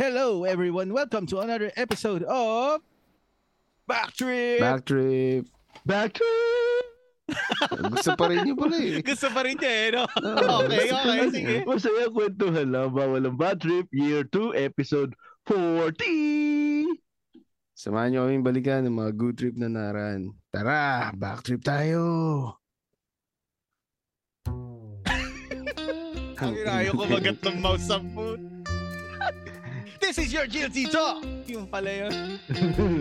Hello, everyone. Welcome to another episode of Backtrip. Backtrip. Backtrip! Gusto pa rin niyo pala eh. Gusto pa rin niya eh, no? Oo, Okay, gusto okay, pala sige. niya. Masaya kwentuhan lang. Bawal ang bad trip. Year 2, episode 40! Samahan niyo kaming balikan ng mga good trip na naran. Tara, backtrip tayo! Ang inayo ko magat ng mouse sa phone. This is your guilty talk. Yung pala yun.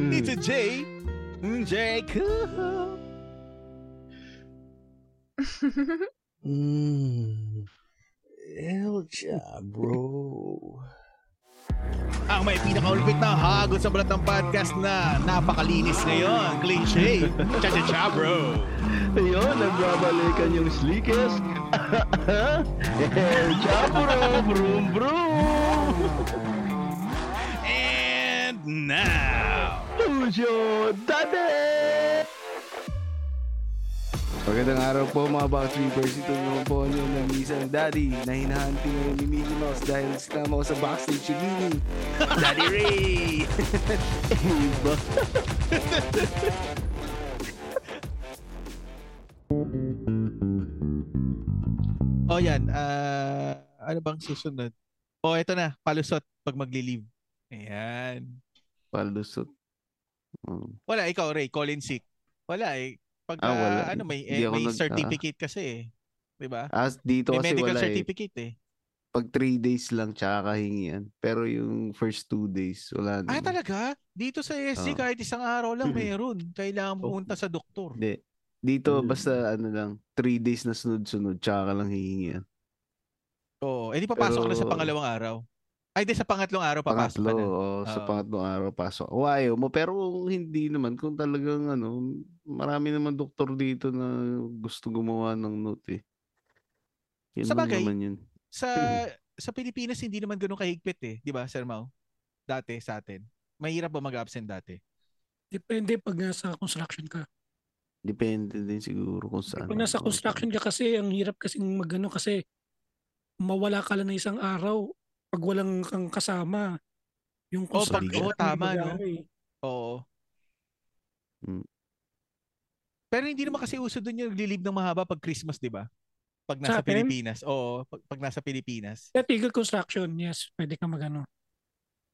Dito, Jay. Mm, Jay Kuho. Mm. Elja, bro. Ang may pinakaulupit na hagod sa balat ng podcast na napakalinis ngayon. Clean shave. Cha-cha-cha, bro. Ayun, nagbabalikan yung sleekest. El Chabro, brum brum. And now... Tujo Dade! Magandang araw po mga backtrippers. Ito naman po ang inyong namisang daddy na hinahanti ngayon ni Mickey Mouse dahil sinama ko sa backstage si Gini. Daddy Ray! Iba. Oh, yan. Ah, ano bang susunod? Oh, ito na. Palusot pag magli-leave. Ayan. Palusot. Mm. Wala, ikaw, Ray. Call in sick. Wala eh. Pag Ah, ah, wala. ano, may, Hindi eh, ako may nag- certificate kasi eh. Di ba? As Ah, dito May kasi medical wala eh. certificate eh. pag 3 days lang tsaka kahingian. Pero yung first 2 days, wala Ah, na. talaga? Dito sa ESC, Oo. kahit isang araw lang meron. Kailangan Oo. pumunta sa doktor. Hindi. Dito, Mm. basta ano lang, 3 days na sunod-sunod, tsaka ka lang hihingian. Oo. Eh, di papasok na sa Pero- pangalawang araw. Ay, di sa pangatlong araw papasok Pangatlo, ka na. oo, sa Oo. pangatlong araw, pasok. O, ayaw mo. Pero kung hindi naman, kung talagang ano, marami naman doktor dito na gusto gumawa ng note eh. Yun Sa lang bagay, naman yun. Sa sa Pilipinas, hindi naman ganun kahigpit eh. Di ba, Sir Mau? Dati sa atin. Mahirap ba mag-absent dati? Depende pag nasa construction ka. Depende din siguro kung saan. Pag nasa construction ka kasi, ang hirap kasing magano kasi mawala ka lang na isang araw pag walang kang kasama. Yung Oh, pag- construction. eh. oh, tama, no? nangyayari. Oo. Mm. Pero hindi naman kasi uso doon yung naglilib ng mahaba pag Christmas, di ba? Pag nasa Sa atin? Pilipinas. Oo, pag, pag nasa Pilipinas. Kaya tigil construction, yes, pwede ka magano.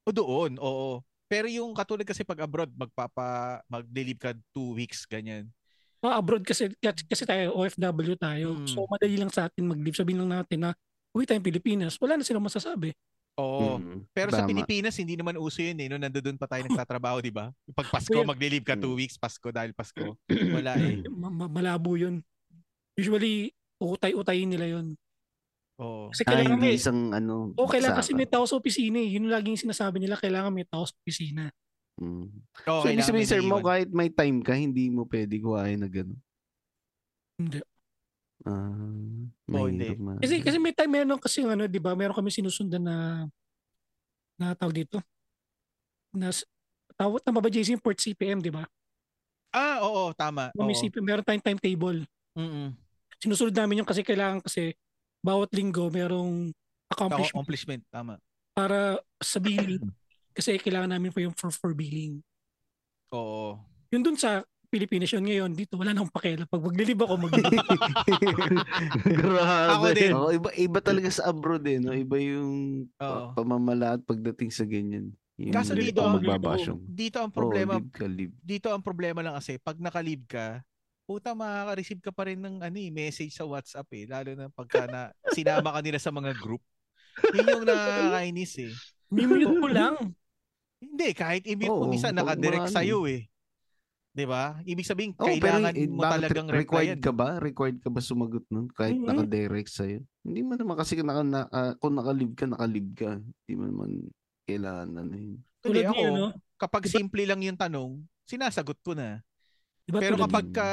O doon, oo. Pero yung katulad kasi pag abroad, magpapa, maglilib ka two weeks, ganyan. Ah, abroad kasi, kasi tayo, OFW tayo. Hmm. So, madali lang sa atin mag-leave. Sabihin lang natin na, uwi tayong Pilipinas. Wala na silang masasabi. Oo. Mm, Pero sa tama. Pilipinas, hindi naman uso yun eh. No, nandoon pa tayo nagtatrabaho, di ba? Pag Pasko, Well- maglilib ka Hmm. two weeks, Pasko dahil Pasko. Wala Mm. eh. Ma- ma- malabo yun. Usually, utay-utayin nila yun. Oo. Ah, Kasi kailangan eh, hindi may- isang ano. Oh, kailangan kasi baksakan. may tao sa opisina eh. Yun yung laging sinasabi nila, kailangan may tao sa opisina. Mm. Oo, So, ibig Oh, kailangan sabihin, sir, mo naiiwan. kahit may time ka, hindi mo pwede kuhain na gano'n. Hindi. Ah, Oo, hindi. mahirap na. Kasi kasi may time meron kasi ano, 'di ba? Meron kami sinusundan na na tawag dito. Na tawag tama ba JC yung port CPM, 'di ba? Ah, oo, tama. Oo. May CPM, meron tayong timetable. Mm-mm. Sinusunod namin yung kasi kailangan kasi bawat linggo merong accomplishment Accomplishment, tama. para sa billing kasi kailangan namin pa yung for, for billing. Oo. Yun dun sa Pilipinas yun ngayon dito wala nang pakialam pag maglilib ako mag Grabe. Ako din. Oo, iba, iba talaga sa abroad eh, no? Iba yung Oo. pa- pamamalaat pagdating sa ganyan. Yung Kaso hindi dito, ka ang- magbabasyong. Dito ang Oo, problema, live ka, live. dito ang problema lang kasi pag nakalib ka, puta makaka-receive ka pa rin ng ano eh, message sa WhatsApp eh, lalo na pagka na sinama ka nila sa mga group. Yun yung nakakainis eh. mute ko lang. Hindi, kahit i-mute mo Oo, minsan, pag nakadirect maano. sa'yo eh. 'Di ba? Ibig sabihin, Oo, pero kailangan eh, mo bakit talagang Mm-hmm. re- required required. ka ba? Required ka ba sumagot nun? Kahit Mm-mm. naka-direct sa'yo? Hindi mo naman kasi kung naka, na, ah, kung nakalib ka, nakalib ka. Hindi mo naman kailangan ano yun. Hindi, Tulad ano, ako, niya, no? kapag simple lang yung tanong, sinasagot ko na. Diba, Pero tulad kapag yun. ka,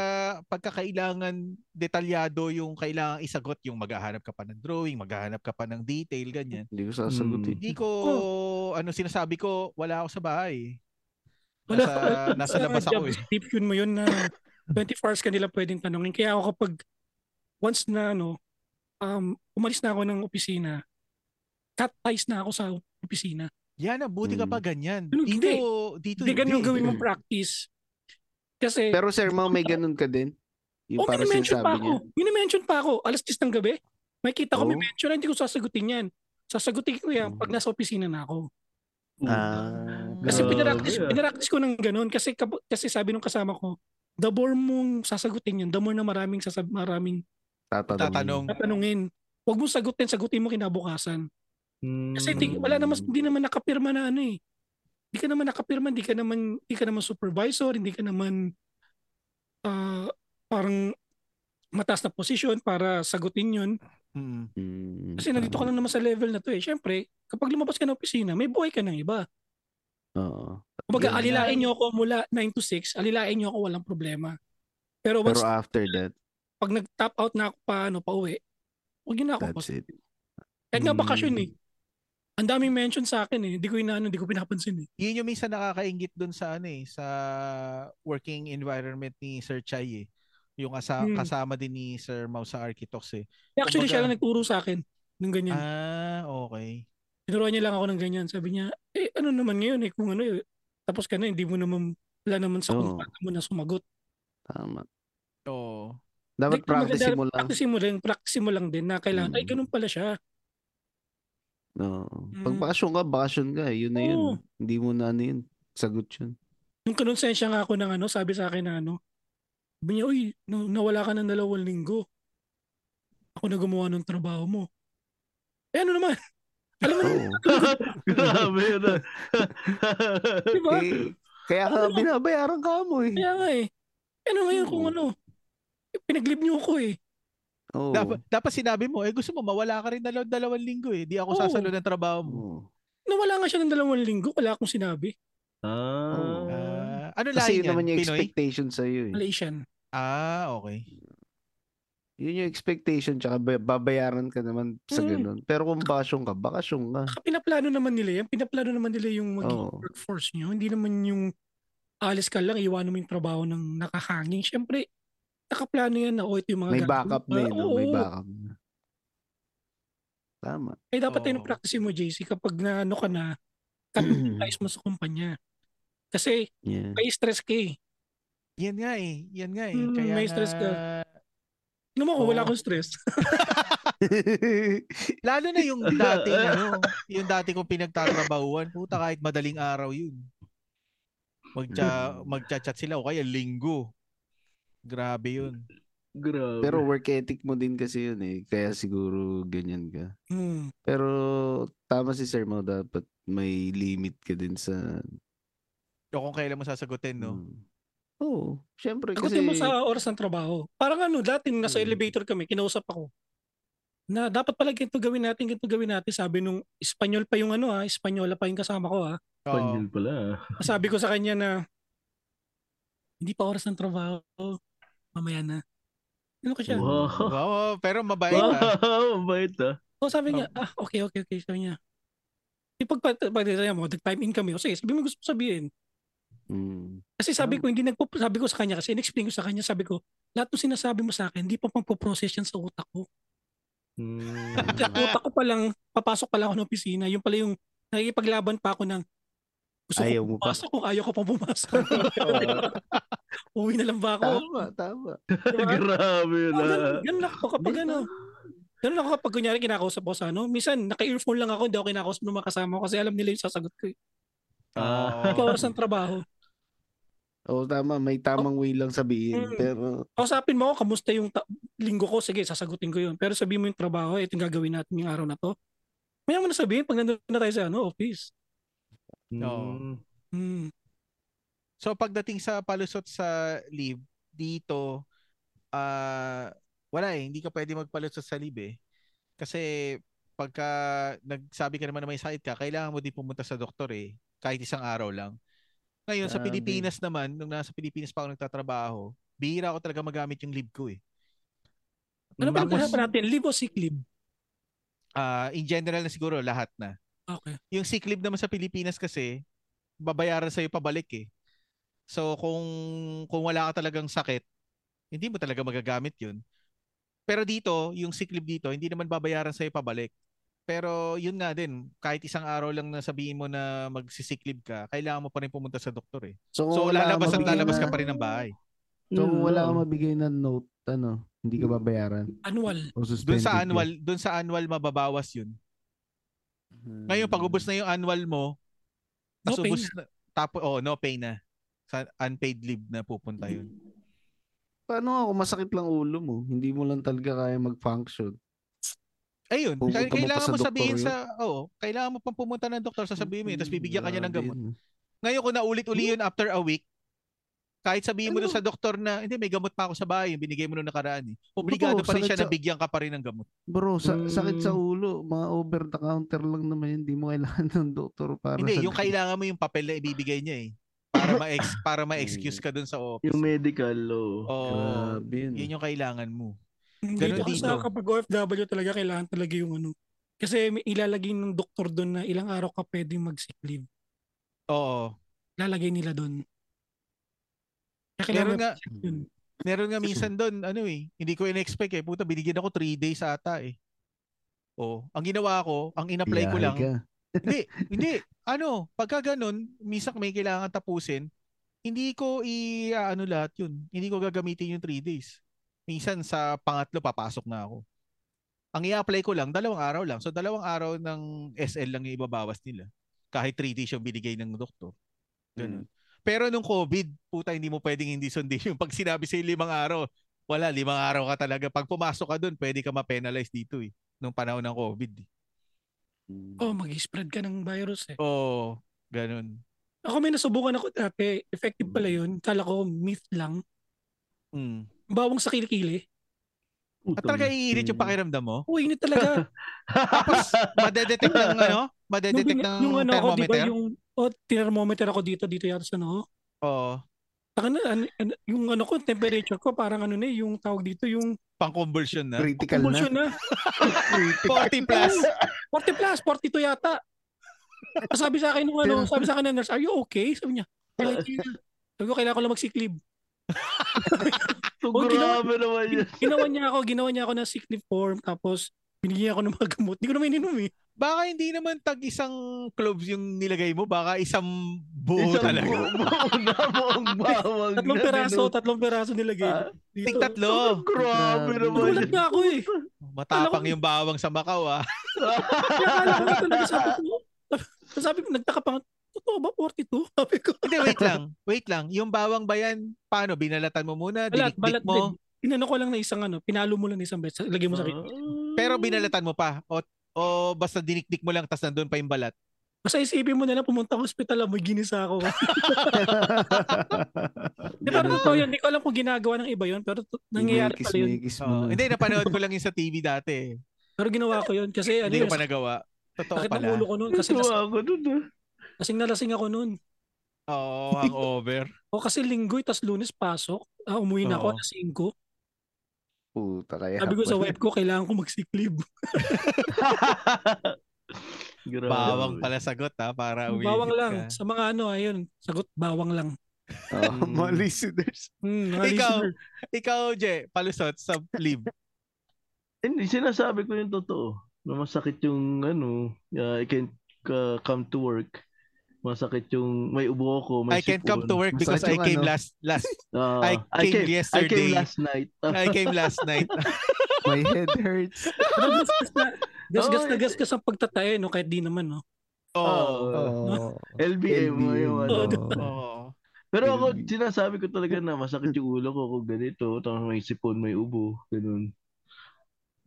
pagkakailangan detalyado yung kailangan isagot, yung maghahanap ka pa ng drawing, maghahanap ka pa ng detail, ganyan. Hindi ko sasagot Mm. eh. Hindi ko, Oh. ano sinasabi ko, wala ako sa bahay. Wala Nasa, nasa labas ako eh. description mo yun na 24 hours ka nila pwedeng tanongin. Kaya ako kapag once na ano, um, umalis na ako ng opisina, cut ties na ako sa opisina. Yan, ah, buti ka Mm. pa ganyan. Ano, Dito, hindi. dito Hindi ganun hindi. gawin mong practice. Hmm. Kasi, Pero sir, Mau, may ganun ka din? Yung oh, may para mention pa sinasabi ako. niya. May mention pa ako. Alas 10 ng gabi. May kita ko may Oh. Hmm. mention. Hindi ko sasagutin yan. Sasagutin ko yan pag nasa opisina na ako. Ah, Kasi Grabe, pinaractice, ah. pinaractice ko ng ganun. Kasi, kap- kasi sabi nung kasama ko, the more mong sasagutin yun, the more na maraming, sasab- maraming tatanong. Tatanong. tatanungin. Huwag mong sagutin, sagutin mo kinabukasan. Kasi di, Hmm. wala naman, hindi naman nakapirma na ano eh. Hindi ka naman nakapirma, hindi ka naman, hindi ka naman supervisor, hindi ka naman ah, parang mataas na posisyon para sagutin yun. Mm. Mm, Kasi nandito ka lang naman sa level na to eh. Siyempre, kapag lumabas ka ng opisina, may buhay ka ng iba. Oo. Kumbaga, Yun. alilain niyo ako mula 9 to 6, alilain niyo ako, walang problema. Pero Pero once, after that, pag nag-top out na ako pa, ano, pa uwi, huwag yun na ako. that's it. Kahit nga Mm. bakasyon eh. Ang daming mention sa akin eh. Hindi ko inaano, hindi ko pinapansin eh. Yun yung minsan nakakaingit dun sa ano eh, sa working environment ni Sir Chai eh. Yung asa- Hmm. kasama din ni Sir Mau sa Architox eh. Kumbaga- Actually, siya lang nagturo sa akin ng ganyan. Ah, okay. Tinuruan niya lang ako ng ganyan. Sabi niya, eh ano naman ngayon eh, kung ano eh, tapos ka na, hindi mo naman, wala naman sa Oo. kontrata mo na sumagot. Tama. Oo. Dapat Like, practice maganda- mo lang. Practice mo lang, practice mo lang din na kailangan, ay Mm. ganun pala siya. Oo. Pag Mm. bakasyon ka, bakasyon ka. eh. Yun na yun. Oo. Hindi mo na ano yun. Sagot yun. Yung kinonsensya nga ako ng ano, sabi sa akin na ano, sabi niya, uy, na- nawala ka ng dalawang linggo. Ako na gumawa ng trabaho mo. Eh ano naman, alam mo, Oo. Grabe yun ah. di ba? eh, kaya ka Diba? Ano? binabayaran ka mo eh. Kaya nga eh. Eh, Ano ngayon kung Oo. ano, eh, pinaglib niyo ako eh. Oo. Dapat, dapat sinabi mo, eh gusto mo mawala ka rin dalaw- dalawang linggo eh. Di ako Oo. sasalo ng trabaho mo. Oo. Nawala nga siya ng dalawang linggo, wala akong sinabi. Ah. Ah, ano Kasi lahi yun naman yung Pinoy? expectation sa iyo eh. Malaysian. Ah, okay. Yun yung expectation tsaka ba- babayaran ka naman sa Mm. ganun. Pero kung bakasyon ka, bakasyon ka. Saka pinaplano naman nila yan. Pinaplano naman nila yung magiging Oo. workforce nyo. Hindi naman yung alis ka lang, iwanan mo yung trabaho ng nakahanging. Siyempre, nakaplano yan na, oh, ito yung mga May gagawin backup ko. na Ah, yun. no? May oo. backup na. Tama. Eh, dapat Oo. yun yung practice mo, JC, kapag na ano ka na, Hmm. capitalize mo sa kumpanya. Kasi, Yeah. may stress ka eh. Yan nga eh. Yan nga eh. Mm, Kaya may stress ka. nga- Tingnan mo ko, wala Oo. akong stress. Lalo na yung dati, ano, yung dati kong pinagtatrabahuan, puta kahit madaling araw yun. Hmm. Magcha, magcha-chat sila o kaya linggo. Grabe yun. Grabe. Pero work ethic mo din kasi yun eh. Kaya siguro ganyan ka. Hmm. Pero tama si Sir Mau dapat may limit ka din sa O kung kailan mo sasagutin, Hmm. no? Mm. Oo. Siyempre kasi Sagutin mo sa oras ng trabaho. Parang ano, dati nasa Mm. elevator kami, kinausap ako. Na dapat pala ganito gawin natin, ganito gawin natin. Sabi nung Espanyol pa yung ano ha, Espanyola pa yung kasama ko ha. Oo. Panyol pala. ah. Sabi ko sa kanya na hindi pa oras ng trabaho. Mamaya na. Ano ko siya? Wow. Wow. Wow, pero mabait ah. Wow, mabait ah. So sabi niya, ah, okay, okay, okay. Sabi niya, di pag pagdesaya mo, nag-time in kami. O sige, sabi mo gusto mo sabihin. Mm. Kasi sabi ko, hindi nagpo, sabi ko sa kanya, kasi in-explain ko sa kanya, sabi ko, lahat ng sinasabi mo sa akin, hindi pa pang-process yan sa utak ko. Hmm. Sa Mm. utak ko pa lang, papasok pa lang ako ng opisina. Yung pala yung, nakikipaglaban pa ako ng, gusto Ayaw ko mo pa. pumasok kung ayaw ko pa pumasok. Uwi na lang ba ako? Tama, tama. Diba? Grabe yun Oh, ah. ganun, ganun ako kapag ano. Ganun ako kapag kunyari kinakausap ko sa ano. Minsan, naka-earphone lang ako, hindi ako kinakausap ng mga kasama ko kasi alam nila yung sasagot ko. eh. Ah. Oo. Hindi ko oras ng trabaho. Oo, tama. May tamang way lang sabihin. Hmm. Mm. Pero, Kausapin mo ako, kamusta yung ta- linggo ko? Sige, sasagutin ko yun. Pero sabihin mo yung trabaho, ito yung gagawin natin yung araw na to. Maya mo na sabihin pag nandun na tayo sa ano, office. Oo. Hmm. So pagdating sa palusot sa leave dito ah wala eh, hindi ka pwede magpalusot sa leave eh. Kasi pagka nagsabi ka naman na may sakit ka, kailangan mo din pumunta sa doktor eh, kahit isang araw lang. Ngayon sa Grabe. Pilipinas naman, nung nasa Pilipinas pa ako nagtatrabaho, bihira ako talaga magamit yung leave ko eh. Ano ba Tapos, pinag-usapan natin? Leave o sick leave? ah, in general na siguro lahat na. Okay. Yung sick leave naman sa Pilipinas kasi, babayaran sa'yo pabalik eh. So kung kung wala ka talagang sakit, hindi mo talaga magagamit 'yun. Pero dito, yung sick leave dito, hindi naman babayaran sa'yo pabalik. Pero yun nga din, kahit isang araw lang na sabihin mo na magsisiklib ka, kailangan mo pa rin pumunta sa doktor eh. kung So wala kang lalabas at mabigay lalabas na- ka pa Hmm. rin ng bahay. So kung wala kang mabigay na note, ano, hindi ka babayaran Annual. o Doon suspended. Hmm. sa ka. annual, doon sa annual mababawas yun. Hmm. Ngayon pag ubos na yung annual mo, No tas pay ubos na. Tapo, oh, no pay na. Sa unpaid leave na pupunta yun. Paano ako masakit lang ulo mo? Hindi mo lang talaga kaya mag-function. Ayun, Pupunta kaya- mo pa kailangan sa mo, doktor sabihin yun? sa, oo, kailangan mo pang pumunta ng doktor, sasabihin mo yun, tapos bibigyan ka niya ng Grabe Hmm? gamot. yun. Ngayon kung naulit-uli yun after a week, kahit sabihin Ano? mo doon sa doktor na, hindi, may gamot pa ako sa bahay, yung binigay mo nung nakaraan eh. Obligado Totoo, pa rin sakit siya na Ano sa- bigyan ka pa rin ng gamot. Bro, sa, Hmm. sakit sa ulo. Mga over the counter lang naman yun. Hindi mo kailangan ng doktor para Hindi, sa yung kailangan mo yung papel na ibibigay niya eh. Para ma-ex para ma-excuse ka doon sa office. Yung medical, Oo. oh. Hmm. Grabe yun. yun yung kailangan mo. Dito Ganun kasi dito. sa kapag OFW talaga kailangan talaga yung ano. Kasi may ilalagay ng doktor doon na ilang araw ka pwedeng mag-sick leave. Oo. Lalagay nila doon. Kaya Meron kailangan nga yun. meron nga minsan doon ano eh, hindi ko in-expect eh. Puta, binigyan ako 3 days ata eh. Oh, ang ginawa ko, ang in-apply ko Biyahe lang. ka. hindi, hindi. Ano, pagka ganun, minsan may kailangan tapusin, hindi ko i ano lahat 'yun. Hindi ko gagamitin yung 3 days. Minsan sa pangatlo papasok na ako. Ang i-apply ko lang, dalawang araw lang. So dalawang araw ng SL lang yung ibabawas nila. Kahit 3 days yung binigay ng doktor. Ganun. Pero nung COVID, puta hindi mo pwedeng hindi sundin yung pag sinabi sa limang araw. Wala, limang araw ka talaga. Pag pumasok ka doon, pwede ka ma-penalize dito eh. Nung panahon ng COVID. eh. Hmm. Oh, mag-spread ka ng virus eh. Oo, oh, ganun. Ako may nasubukan ako dati. Effective pala yun. Kala ko myth lang. Mm. Bawang sa kilikili. At talaga iinit yung pakiramdam mo. Oh, init Mm. talaga. Tapos madedetect ng ano, madedetect bin- ng nung ano ako, di ba thermometer. yung oh, thermometer ako dito, dito yata sa ano. Oo, Taka na, an, an- yung ano ko, temperature ko, parang ano na eh, yung tawag dito, yung pang-conversion na. Critical na. convulsion na. Critical. 40 plus. 40 plus, 42 yata. Tapos sabi sa akin nung ano, sabi sa akin ng nurse, are you okay? Sabi niya, "I'm okay na." sabi ko, kailangan ko lang mag-sick leave. So, Oh, ginawa- grabe naman yun. Gin- Ginawa niya ako, ginawa niya ako ng sick leave form, tapos binigyan niya ako ng mga gamot. Hindi ko naman ininom eh. Baka hindi naman tag isang cloves yung nilagay mo, baka isang buo Isang talaga. bu- buo na buong bawang na. Tatlong peraso, dinu- tatlong peraso nilagay. Ah, Dito. Tigtatlo. Grabe naman Nagulat yun. nga ako eh. Matapang yung bawang sa Macau ah. Kaya akala ko nga talaga sabi ko. Tapos Sabi ko, nagtaka pa nga, totoo ba 42? Sabi ko, Hindi, wait lang. Wait lang. Yung bawang ba yan? Paano? Binalatan mo muna? balat, Dinikdik balat mo? din. Inano ko lang na isang ano, pinalo mo lang na isang beses, lagay Ah. mo sa akin. Pero binalatan mo pa? O, o basta dinikdik mo lang tas nandun pa yung balat? Basta isipin mo na lang, pumunta ako hospital, ah, may ginisa ako. Di ba Ganun. totoo yun? Hindi ko alam kung ginagawa ng iba yun, pero to- nangyayari Imikis, pala yun. imikis mo Oo. na. Hindi, napanood ko lang yung sa TV dati. eh. Pero ginawa ko yun kasi ano Hindi ko yun, pa nagawa. Totoo sakit ng pala. ulo ko noon. Kasi Ginawa nas- ko dun, ah. lasing na lasing ako noon. Oo, hangover. O kasi linggo, tas lunes pasok. Ah, umuwi na Oo. ako, alas 5. Puta kaya. eh. Sabi ko sa wife ko, kailangan ko mag-sick leave. Grabe. Bawang pala sagot ha, para uwi. bawang lang. Sa mga ano, ayun, sagot, bawang lang. Oh, mga listeners. Hmm, mga Ikaw. listener. Ikaw, Je, palusot sa leave. Hindi, sinasabi ko yung totoo. Na masakit yung, ano, uh, I can't uh, come to work. Masakit yung, may ubo ako, may I can't come to sipon. work because I Masakit yung came ano. last last Ah, I came I came yesterday. last night. Ah, I came last night. My head hurts. Pero gasgas na, gasgas Oo, na eh. gasgas ang pagtatae, no? Kahit di naman, no? Oo. Oh. LBM mo yung ano. Oo, Oo. Pero ako, LB. sinasabi ko talaga na masakit yung ulo ko kung ganito. Tapos may sipon, may ubo. Ganun.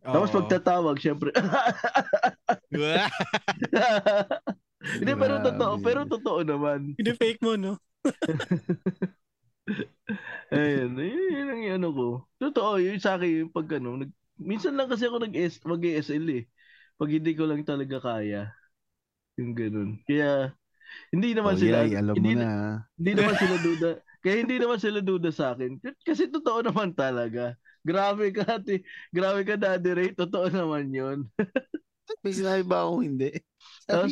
Tapos Oo. pagtatawag, syempre. Ah, Hindi, pero totoo. Pero totoo naman. Hindi-fake mo, no? Ayun. Yun, yun ang ano ko. Totoo, yun sa akin yung pag ano. Nag, minsan lang kasi ako nag-S, mag-SL eh. Pag hindi ko lang talaga kaya. Yung ganun. Kaya, hindi naman Oh, sila. yay, alam mo hindi, na. Hindi naman sila duda. Kaya hindi naman sila duda sa akin. K- Kasi totoo naman talaga. Grabe ka, ate. Grabe ka, Daddy Ray. Totoo naman yun. May sinabi ba akong hindi? Tapos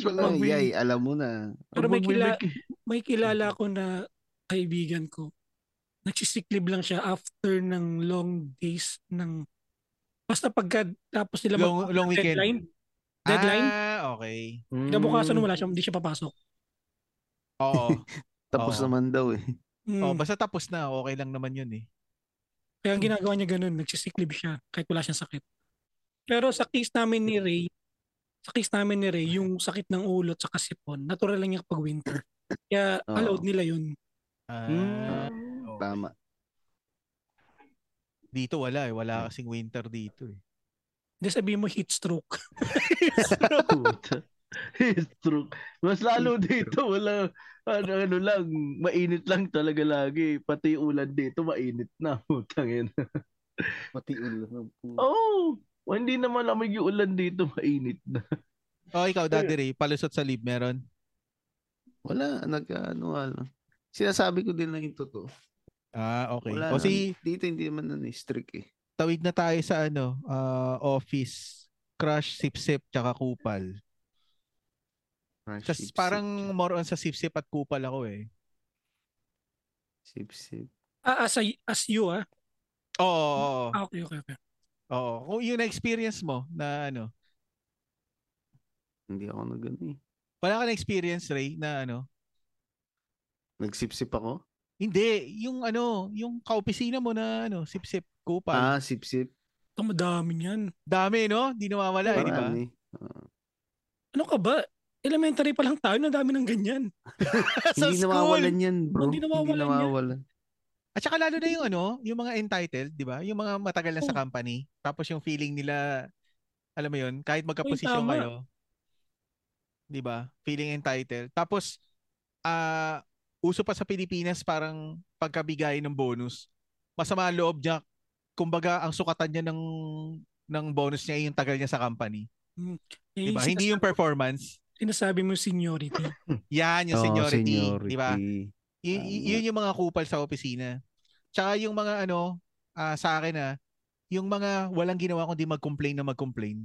Sabi ko lang, magbibig- yay, alam mo na. Pero may kila- Magbibig- May Mm-hmm. kilala ko na kaibigan ko. Nagsisiklib lang siya after ng long days ng... Basta pagka tapos nila Long- long weekend. deadline, Deadline? Ah, mm. okay. Kinabukasan Mm. wala siya, hindi siya papasok. Oo. Tapos Oo. naman daw eh. Mm. Oo, basta tapos na, okay lang naman yun eh. Kaya ang ginagawa niya ganun, nagsisick leave siya kahit wala siyang sakit. Pero sa case namin ni Ray, sa case namin ni Ray, yung sakit ng ulo at saka sipon, natural lang niya pag winter. Kaya Oh. Oo. allowed nila yun. Ah, Mm. Hmm. okay. Tama. Dito wala eh, wala kasing winter dito eh. Hindi sabihin mo heat stroke. Puta. It's true. Mas lalo dito, wala, ano, ano lang, mainit lang talaga lagi. Pati ulan dito, mainit na. Putang ina. Pati ulo ng puto. Oh, hindi naman lamig yung ulan dito, mainit na. Oh, ikaw Daddy Ray, palusot sa leave meron? Wala, nag ano nga lang. Sinasabi ko din lang yung totoo. Ah, okay. O Wala si lang. Dito hindi naman ano, eh, strict eh. tawid na tayo sa ano, ah, office, crush, sip-sip, tsaka kupal. Kasi Ah, Sip-sip parang siya. more on sa sip-sip at kupal ako eh. Sip-sip. Ah, as, I- as you ah. Oo, oo, oo. Ah, okay, okay, okay. Hmm. Oo, kung yung na-experience mo na ano, Hindi ako na ganun eh. wala ka na-experience Ray na ano, Nagsip-sip ako? hindi, yung ano, yung kaopisina mo na ano, sip-sip, kupal. Ah, sip-sip. Ito madami niyan. Dami no, di nawawala eh, di ba? Marami. Ano ka ba? Elementary pa lang tayo, ang dami ng ganyan. Sa hindi school. nawawalan yan, bro. Hindi nawawalan yan. nawawalan. At saka lalo na yung ano, yung mga entitled, 'di ba? Yung mga matagal na sa Oh. company, tapos yung feeling nila alam mo 'yun, kahit magkaposisyon tama. kayo. 'Di ba? Feeling entitled. Tapos ah uso pa sa Pilipinas parang pagkabigay ng bonus. Masama ang loob niya. Kumbaga, ang sukatan niya ng ng bonus niya ay yung tagal niya sa company. Eh, 'Di ba? sinas- Hindi yung performance. Sinasabi mo seniority. Yan yung Oo, seniority, 'di ba? seniority. Y- y- Tama. yun yung mga kupal sa opisina. Tsaka yung mga ano, ah, sa akin ah, yung mga walang ginawa kundi mag-complain na mag-complain.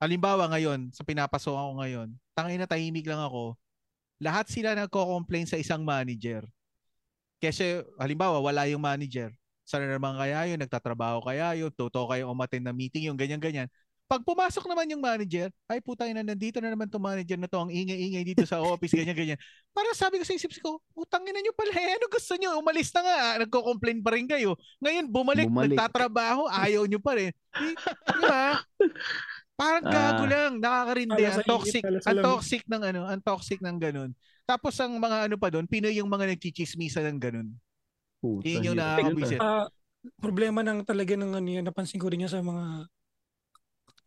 Halimbawa ngayon, sa pinapasok ako ngayon, tangin na tahimik lang ako. Lahat sila nagko-complain sa isang manager. Kasi halimbawa, wala yung manager. Sana naman kaya yun, nagtatrabaho kaya yun, totoo kayo umatin na meeting, yung ganyan-ganyan. Pag pumasok naman yung manager, ay putang ina, nandito na naman tong manager na to, ang ingay-ingay dito sa office, ganyan-ganyan. Parang sabi ko sa isip ko, utangin na nyo pala, eh, ano gusto nyo? Umalis na nga, ah, nagko-complain pa rin kayo. Ngayon, bumalik, Bumalik. nagtatrabaho, ayaw nyo pa rin. Di, di ba? Parang gago Ah. lang, nakakarindi. Para sa Ang toxic, init, para sa ang lamig. toxic ng ano, ang toxic ng ganun. Tapos ang mga ano pa doon, Pinoy yung mga nagchichismisa ng ganun. Puta, Yun yung hirap nakakabwisit. Ah, problema ng talaga ng ano yan, napansin ko rin yan sa mga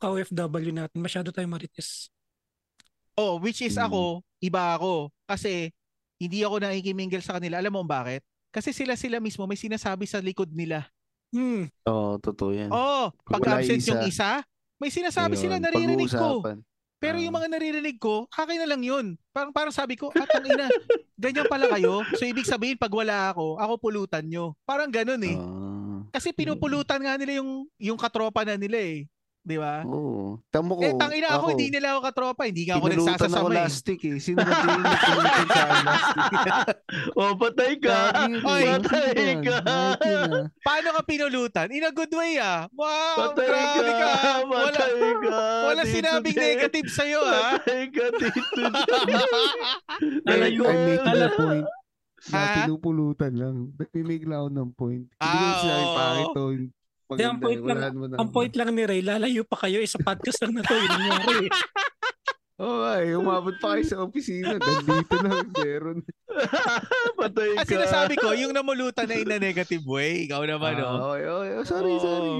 ka-OFW natin, masyado tayo marites. Oh, which is Mm. ako, iba ako. Kasi hindi ako nakikimingle sa kanila. Alam mo kung bakit? Kasi sila sila mismo may sinasabi sa likod nila. Hmm, Oo, totoo yan. Oh, Pag pag Hmm. wala absent isa. yung isa, may sinasabi sila Ayun, naririnig ko. pag-uusapan. Pero yung Ah. mga naririnig ko, akin na lang yun. Parang parang sabi ko, at ang ina, ganyan pala kayo. So ibig sabihin pag wala ako, ako pulutan nyo. Parang ganun eh. Ah. Kasi pinupulutan nga nila yung yung katropa na nila eh. 'Di ba? Oo. Tamo ko. eh tangina ako, hindi nila ako katropa, hindi nga ako Pinulutan ako nagsasasama. eh. last week eh. Sino ba din pinulutan sa last week? Oh, patay ka! Gagi yun Oy, eh. patay Gagi yun. ka. Gagi yun ah. Paano ka pinulutan? In a good way ah. Wow, Patay ka! grabe ka. Wala, Patay ka! wala Tito sinabing Jet. negative sa'yo ah. Patay ka, Tito Jet. I'm Talaga. making a Talaga. point na Ha? pinupulutan lang. Nagmimig lang ako ng point. Hindi ko Ah, sinabi oo. pangit to. Hindi, ang point lang- Wala mo na. ang point lang ni Ray, lalayo pa kayo, isa podcast lang na to, yun ang nangyari eh. Oo ay, umabot pa kayo sa opisina. Nandito lang, meron. Patay At ka! Ah, sinasabi ko, yung namulutan na in a negative way. Ikaw naman oh. Ah, oy, oy, oh, sorry, Oo. sorry.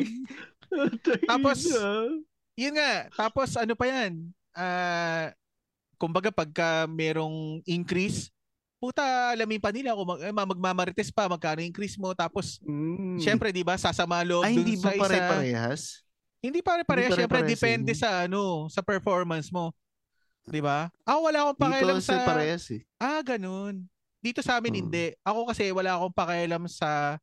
Patay Tapos- ka. Yun nga, tapos ano pa yan? Ah, kumbaga pagka merong increase, puta alamin pa nila kung mag, eh, magmamarites pa, magkano increase mo. Tapos, Mm. syempre, di ba, sasama loob Hmm. Ay, dun hindi sa ba isa. pare-parehas? Hindi pare-pareha. Hindi Siyempre, pare-pareha sa depende inyo. sa ano, sa performance mo. Di ba? Ako wala akong Dito pakialam sa sa... parehas eh. Ah, ganun. Dito sa amin, Oo. hindi. Ako kasi wala akong pakialam sa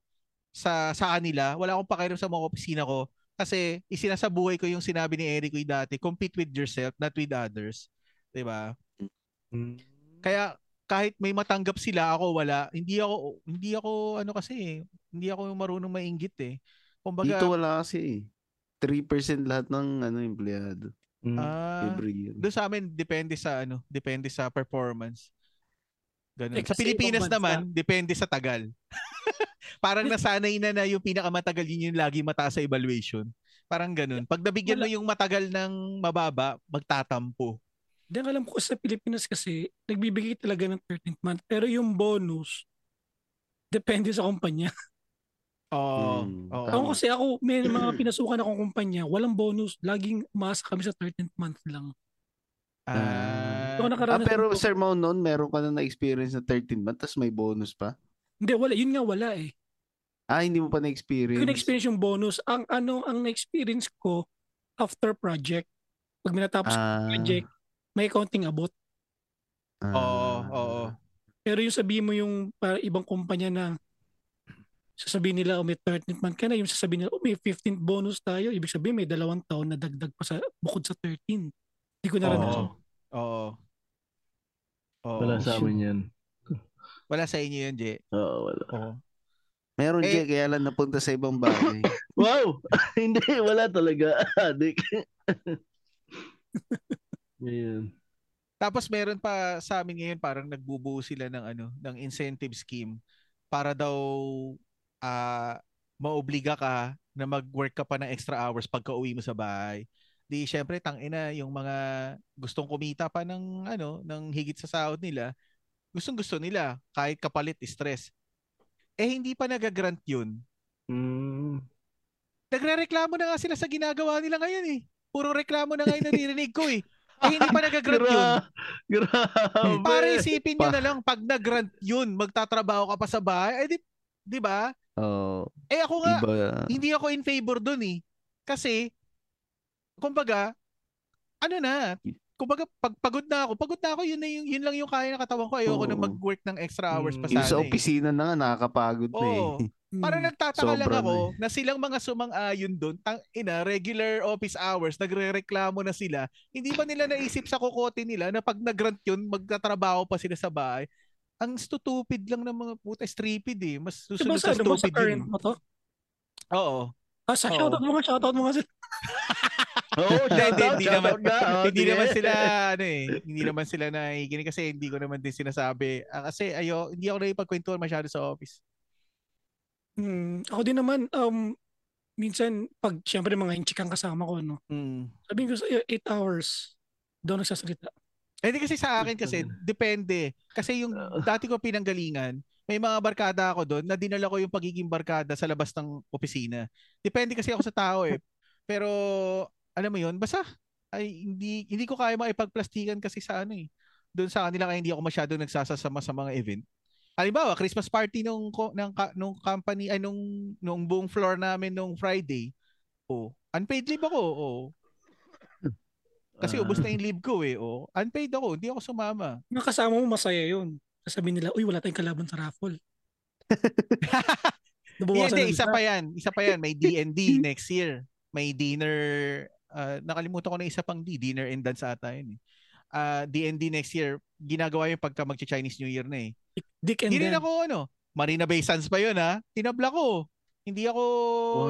sa sa kanila. Wala akong pakialam sa mga opisina ko. Kasi isinasabuhay ko yung sinabi ni Eric Uy dati, compete with yourself, not with others. 'Di ba? Mm. Kaya kahit may matanggap sila, ako wala. Hindi ako hindi ako ano kasi, eh, hindi ako marunong mainggit eh. Kumbaga, Dito wala kasi eh. 3% lahat ng ano, empleyado. Mm. Ah, every year. doon sa amin depende sa ano, depende sa performance. Ganun. Eh, sa kasi Pilipinas ibang bansa. naman, depende sa tagal. Parang nasanay na na yung pinakamatagal yun yung lagi mataas sa evaluation. Parang ganun. Pag nabigyan mo yung matagal ng mababa, magtatampo. Then alam ko sa Pilipinas kasi, nagbibigay talaga ng 13th month. Pero yung bonus, depende sa kumpanya. Oo. Mm, Hmm. oo. tama. Ako kasi ako, may mga pinasukan akong kumpanya, walang bonus. Laging umaasa kami sa 13th month lang. Ah, So, Ah, nakaranas pero ko- Sir Mau noon, meron ka na na-experience na 13 months, tapos may bonus pa? Hindi, wala. Yun nga, wala eh. Ah, hindi mo pa Yung na-experience? na-experience yung bonus, ang ano, ang na-experience ko after project, pag minatapos ko Ah, yung project, may counting abot. ah. oo, oo. Pero yung sabihin mo yung para ibang kumpanya na sasabihin nila oh, may 13th month ka na, yung sasabihin nila oh, may 15th bonus tayo, ibig sabihin may dalawang taon na dagdag pa sa bukod sa 13. Hindi Ano ko Oh. naranasan. Oo. Oo. Oo. Wala sa amin yan. Wala sa inyo yun, Je. Oh, Oo, wala. Oo. Meron Eh- eh, kaya lang napunta sa ibang bagay. Wow! Hindi, wala talaga. Adik. Ayan. Tapos meron pa sa amin ngayon parang nagbubuo sila ng ano, ng incentive scheme para daw ah maobliga ka na mag-work ka pa ng extra hours pagka-uwi mo sa bahay. Di syempre tangina yung mga gustong kumita pa ng ano, ng higit sa sahod nila, gustong-gusto nila kahit kapalit stress. Eh hindi pa nagagrant 'yun. Mm. Nagrereklamo na nga sila sa ginagawa nila ngayon eh. Puro reklamo na ngayon naririnig ko eh. Eh hindi pa nagagrant 'yun. Gra- grabe. Para isipin nyo Pa- na lang, pag nag-grant yun, magtatrabaho ka pa sa bahay, eh di, di ba? Oo, Eh ako nga, iba. hindi ako in favor dun eh. Kasi, kumbaga, ano na, kumbaga, pag pagod na ako, pagod na ako, yun, na yung, yun lang yung kaya na katawan ko. Ayoko na Oo. mag-work ng extra hours pa Mm. Yung sana sa eh. opisina na nga, nakakapagod na eh. Oo. Parang Hmm. nagtataka lang Sobra na eh. ako na silang mga sumang-ayon doon, tang ina, regular office hours, nagrereklamo na sila. Hindi ba nila naisip sa kokote nila na pag nag-grant yun, magtatrabaho pa sila sa bahay? Ang stupid lang ng mga puta, stripid eh. Mas Diba susunod sa, sa ano mo, sa stupid current yun. mo to? Oo. Ah, sa Oo. shoutout mo nga, shoutout mo nga sila. Oh, Hindi, hindi, shoutout, hindi naman. shoutout na. Oh, hindi sige. naman sila, ano eh, hindi naman sila nakikinig kasi hindi ko naman din sinasabi. Ah, kasi ayo, hindi ako naipagkwentuhan masyado sa office. Hmm, ako din naman, um, minsan, pag siyempre mga inchik ang kasama ko, no? Mm. Hmm. Sabihin ko sa 8 hours, doon nagsasalita. Eh, Hindi kasi sa akin kasi, depende. Kasi yung Oo. dati ko pinanggalingan, may mga barkada ako doon na dinala ko yung pagiging barkada sa labas ng opisina. Depende kasi ako sa tao eh. Pero alam mo yun, basta ay hindi hindi ko kaya maipagplastikan kasi sa ano eh. Doon sa kanila kaya hindi ako masyado nagsasasama sa mga event. Halimbawa, Christmas party nung ko- ng ka- nung company ay nung nung buong floor namin nung Friday. Oh, unpaid leave ako. Oh. Kasi Ah. ubos na yung leave ko eh. Oh. Unpaid ako, hindi ako sumama. Mga kasama mo, masaya yun. Sasabihin nila, uy, wala tayong kalaban sa raffle. Hindi, Nabawasan hindi, ng Hmm. isa isa. pa yan. Isa pa yan. May D&D next year. May dinner. ah, nakalimutan ko na isa pang D. Dinner and dance ata yun. eh. Ah, D&D next year. Ginagawa yun pagka magcha-Chinese New Year na eh. Dick and Hindi rin Dan. ako ano. Marina Bay Sands pa yun ha. Tinabla ko. Hindi ako,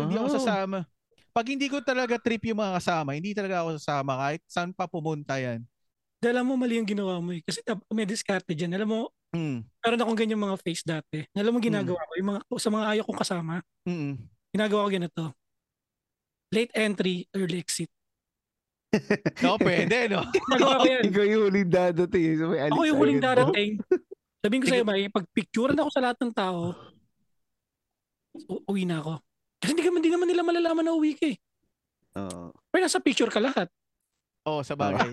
hindi ako Wow. sasama. Pag hindi ko talaga trip yung mga kasama, hindi talaga ako sasama kahit saan pa pumunta yan. Dahil alam mo, mali yung ginawa mo eh. Kasi tap- may discarte dyan. Alam mo, Mm. meron akong ganyan mga face dati. Alam mo, Hmm. ginagawa ko, yung mga, sa mga ayaw kong kasama, Mm-mm. ginagawa ko ganito. Late entry, early exit. No, pwede, no? Nagawa ko yan. Ikaw yung huling dadating. eh. So may Ako alis yung huling agad. darating. Sabihin ko Sige. sa'yo, Mari, pagpicturean ako sa lahat ng tao, u- uwi na ako. Kasi hindi, ka- hindi naman nila malalaman na uwi ka eh. Oo. Pero nasa picture ka lahat. Oo, sa bagay.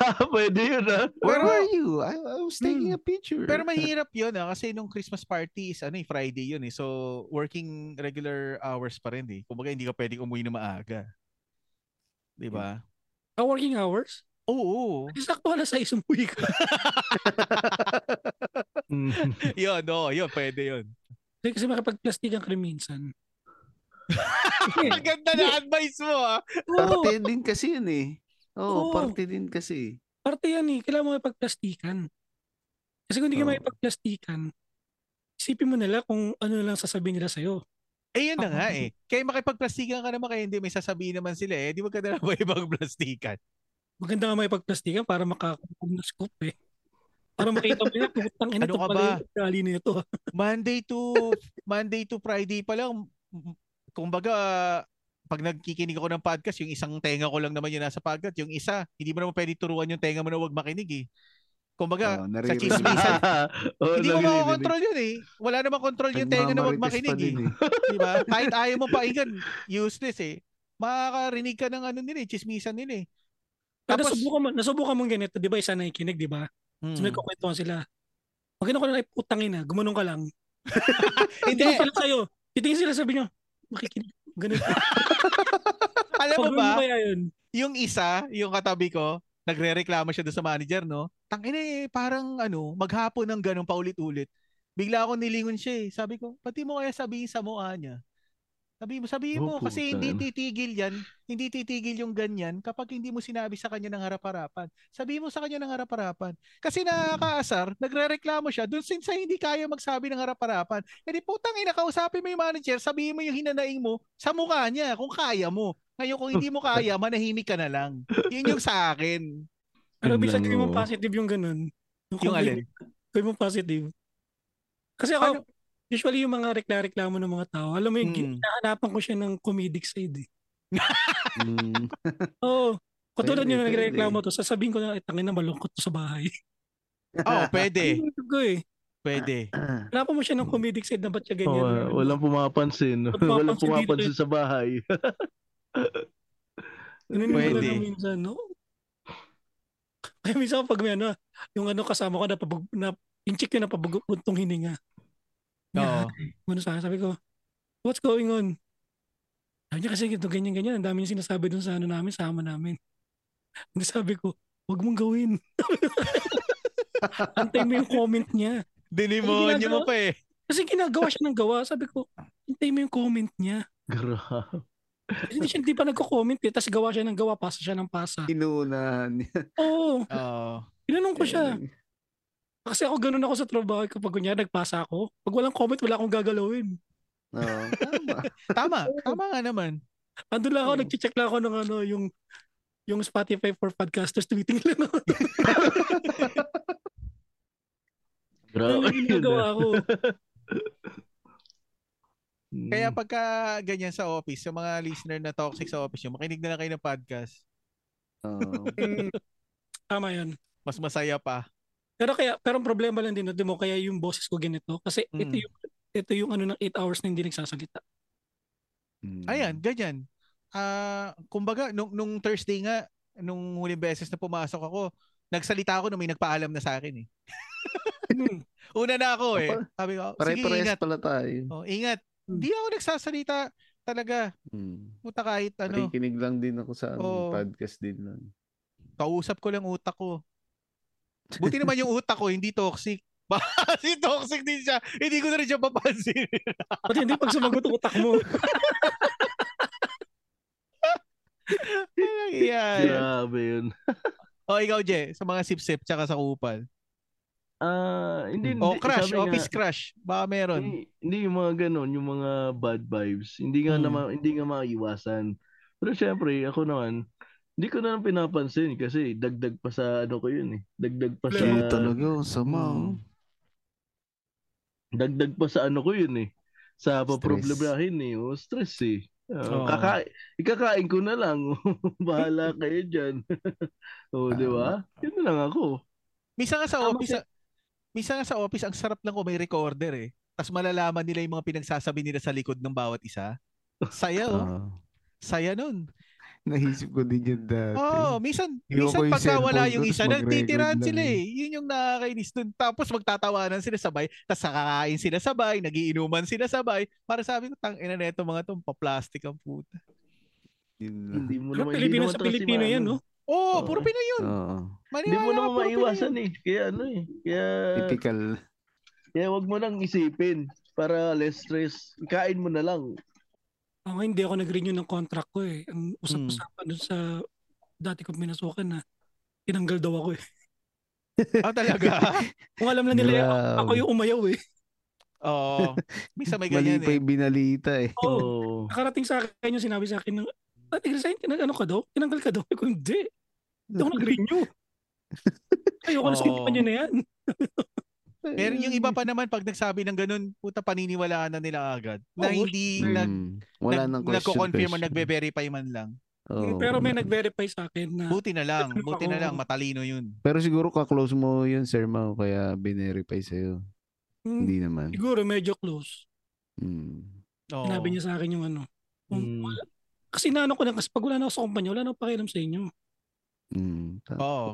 Ah, Pwede yun, ha? Where Pero- Hmm. were you? I, I was taking a picture. Pero mahirap yun ah, kasi nung Christmas party is ano eh, Friday yun eh. So working regular hours pa rin eh. Kumbaga hindi ka pwedeng umuwi na maaga. 'Di ba? Ka working hours. Oo. Sakto alas 6 umuwi ka. yun, oo, yun, pwede yun. Kasi makapag-plastikan ka rin minsan. Ang ganda na advice mo ah. Oo, Parte din kasi yun eh. Oo, Oo. parte din kasi. parte yan eh. Kailangan mo makapag-plastikan. Kasi kung hindi ka Oo. makapag-plastikan, isipin mo nila kung ano lang sasabihin nila sa'yo. Eh, yun na nga eh. Kaya makipagplastikan ka naman kaya hindi may sasabihin naman sila eh. Di ba ka na ba ibang plastikan? Maganda nga may pagplastikan para makakukuha ng scoop eh. Para makita mo na putang ina Ano to ka pala ba? yung ugali na ito. Monday to Monday to Friday pa lang. Kumbaga, pag nagkikinig ako ng podcast, yung isang tenga ko lang naman yung nasa podcast. Yung isa, hindi mo naman pwede turuan yung tenga mo na huwag makinig eh. Kumbaga, Oh, sa naririnig. chismisan, Ah. Ah, Oo, hindi mo naririnig. makakontrol yun eh. Wala namang control yung tenga na huwag Nagmamarites makinig pa eh. din eh. Di ba? Kahit ayaw mo paingan, useless eh. Makakarinig ka ng ano nila eh, chismisan nila eh. Pero Tapos- nasubukan mo, nasubukan mo ganito, di ba? Isa na ikinig, di ba? Hmm. So nagkukwentuhan sila. Pag ano ka na, ay putang ina, gumanong ka lang. Hindi, Titingin sila sa'yo. Titingin sila sabi nyo, makikinig. Ganun. alam mo Pag Ano ba, mo kaya yun? yung isa, yung katabi ko, nagrereklamo siya doon sa manager, no? Tangina eh, parang ano, maghapon ng ganun paulit-ulit. Bigla ako nilingon siya eh. Sabi ko, pati mo kaya sabihin sa mukha niya. Sabi mo, sabihin mo, Oh, kasi putain. hindi titigil yan, hindi titigil yung ganyan kapag hindi mo sinabi sa kanya ng harap-harapan. Sabihin mo sa kanya ng harap-harapan. Kasi nakakaasar, nagrereklamo siya, dun since hindi kaya magsabi ng harap-harapan. E di putang ina, kausapin mo yung manager, sabihin mo yung hinanaing mo sa mukha niya, kung kaya mo. Ngayon, kung hindi mo kaya, manahimik ka na lang. Yun yung sa akin. Pero Yun bisa lang, gawin mo oo. positive yung ganun. ano. Yung alin? Gawin mo positive. Kasi ako, usually yung mga rekla-reklamo ng mga tao, alam mo yung Mm. hinahanapan ko siya ng comedic side eh. Mm. Oo. Katulad Pwede, nyo na pwede. nagreklamo to, sasabihin ko na, eh, tangin na malungkot to sa bahay. Oo, pwede. Ayun ko eh. Pwede. Ah. Hanapan mo siya ng comedic side na ba't siya ganyan. Oo, ah, walang pumapansin. Walang eh. walang pumapansin pumapansin sa bahay. Ganun yung Pwede. ano na minsan, no? Kaya minsan pag may ano, yung ano kasama ko na pabag, na incheck yun na pabaguntong hininga. Oo. Ano sa akin, sabi ko, what's going on? Sabi niya kasi ganito, ganyan, ganyan. Ang dami niya sinasabi dun sa ano namin, sa ama namin. Hindi sabi ko, wag mong gawin. Antay mo yung comment niya. Dinimonyo mo pa eh. Kasi ginagawa siya ng gawa. Sabi ko, hintay mo yung comment niya. Grabe. Hindi siya hindi pa nagko-comment eh. Tapos gawa siya ng gawa, pasa siya ng pasa. Inuunahan niya. Oo, Oo. tinanong ko siya. Kasi ako ganun ako sa trabaho ko pag kunya nagpasa ako. Pag walang comment, wala akong gagalawin. Oo, Tama. tama. Tama nga naman. Andun lang ako, Oo. nagche-check lang ako ng ano, yung yung Spotify for podcasters tweeting lang ako. Ano Grabe yung yun. ginagawa ah. ko? Mm. Kaya pagka ganyan sa office, sa mga listener na toxic sa office, yung makinig na lang kayo ng podcast, Oo. Tama yun. mas masaya pa. Pero kaya, pero ang problema lang din, no, di mo, kaya yung boses ko ganito. Kasi ito Mm. yung, ito yung ano ng 8 hours na hindi nagsasalita. Mm. Ayan, ganyan. Ah, kumbaga nung nung Thursday nga, nung huling beses na pumasok ako, nagsalita ako na may nagpaalam na sa akin eh. Hmm. Mm. Una na ako eh. Apa, Sabi ko, sige Pare-pares ingat. pala tayo. Oh, ingat. Mm. Hindi ako nagsasalita talaga. Mm. Puta kahit ano, Nakikinig lang din ako sa ano, Oo. podcast din lang. kausap ko lang utak ko. Buti naman yung utak ko hindi toxic. Kasi toxic din siya. Hindi ko na rin siya papansin. Pati hindi pag sumagot ang utak mo. Ayan. Grabe yun. O Oh, ikaw, Je, sa mga sip-sip tsaka sa kupal. Ah, hindi, O hindi. crush, Sabi nga- Oh, Hmm. office crush. Baka meron. Hindi, hindi yung mga ganon, yung mga bad vibes. Hindi nga Hmm. naman, hindi nga maiwasan. Pero syempre, ako naman, hindi ko na lang pinapansin kasi dagdag pa sa ano ko yun eh. Dagdag pa sa Sino talaga? Ang sama. Mm. oh. dagdag pa sa ano ko yun eh. Sa Stress. paproblemahin eh. O stress eh. Ah, Oo. kaka- ikakain ko na lang. Bahala kayo dyan. o, di ba? Yun na lang ako. Minsan nga sa Tama office, ah, minsan nga sa office, ang sarap lang kung may recorder eh. Tapos malalaman nila yung mga pinagsasabi nila sa likod ng bawat isa. Saya oh. Ah. Saya nun. Nahisip ko din yun dati. Oo, minsan, Iwan minsan ko yung pagka cellphone wala ko, yung tapos isa, mag-record nagtitiraan lang sila eh. eh. Yun yung nakakainis dun. Tapos magtatawanan sila sabay, tapos nakakain sila sabay, nagiinuman sila sabay. Para sabi ko, tang ina na itong mga tong paplastic ang puta. Yun lang. Hindi mo Pero naman, hindi Pilipino naman sa talaga si Pilipino yan, Mano. no? Oo, oh, Oo. puro Pinoy yun. Oo. Maniwala Hindi mo ka, naman puro Pinoy maiwasan yun. eh. Kaya ano eh. Kaya Typical. Kaya wag mo nang isipin para less stress. Kain mo na lang. Ako hindi ako nag-renew ng contract ko eh. Ang Mm. usap-usapan dun sa dati kong pinasukan na tinanggal daw ako eh. Ah, talaga? Ano Kung alam lang nila, Grabe. ako yung umayaw eh. Oo. Minsan may Mali ganyan pa eh. yung binalita eh. Oo. Oo. Nakarating sa akin yung sinabi sa akin, Ate resign, tinag ano ka daw? Tinanggal ka daw? Ako, hindi. Hindi ako nag-renew. Ayoko na sa Oo. kumpanya na yan. Pero yung iba pa naman, pag nagsabi ng ganun, puta paniniwalaan na nila agad. Na Oo. hindi Mm. nag, wala nag, nang question. nagko-confirm o question. nagbe-verify man lang. Oo. Pero may nag-verify sa akin na Buti na lang. Nagtanong Buti na ako. lang. Matalino yun. Pero siguro ka-close mo yun, Sir Mau, kaya binerify sa'yo. hmm, Hindi naman. siguro medyo close. Mm. Oo. Sinabi niya sa akin yung ano. Oh. Kung, wala- Kasi naano ko na, kasi pag wala na ako sa kumpanya, wala na ako pakialam sa inyo. Mm. Ta- Oo.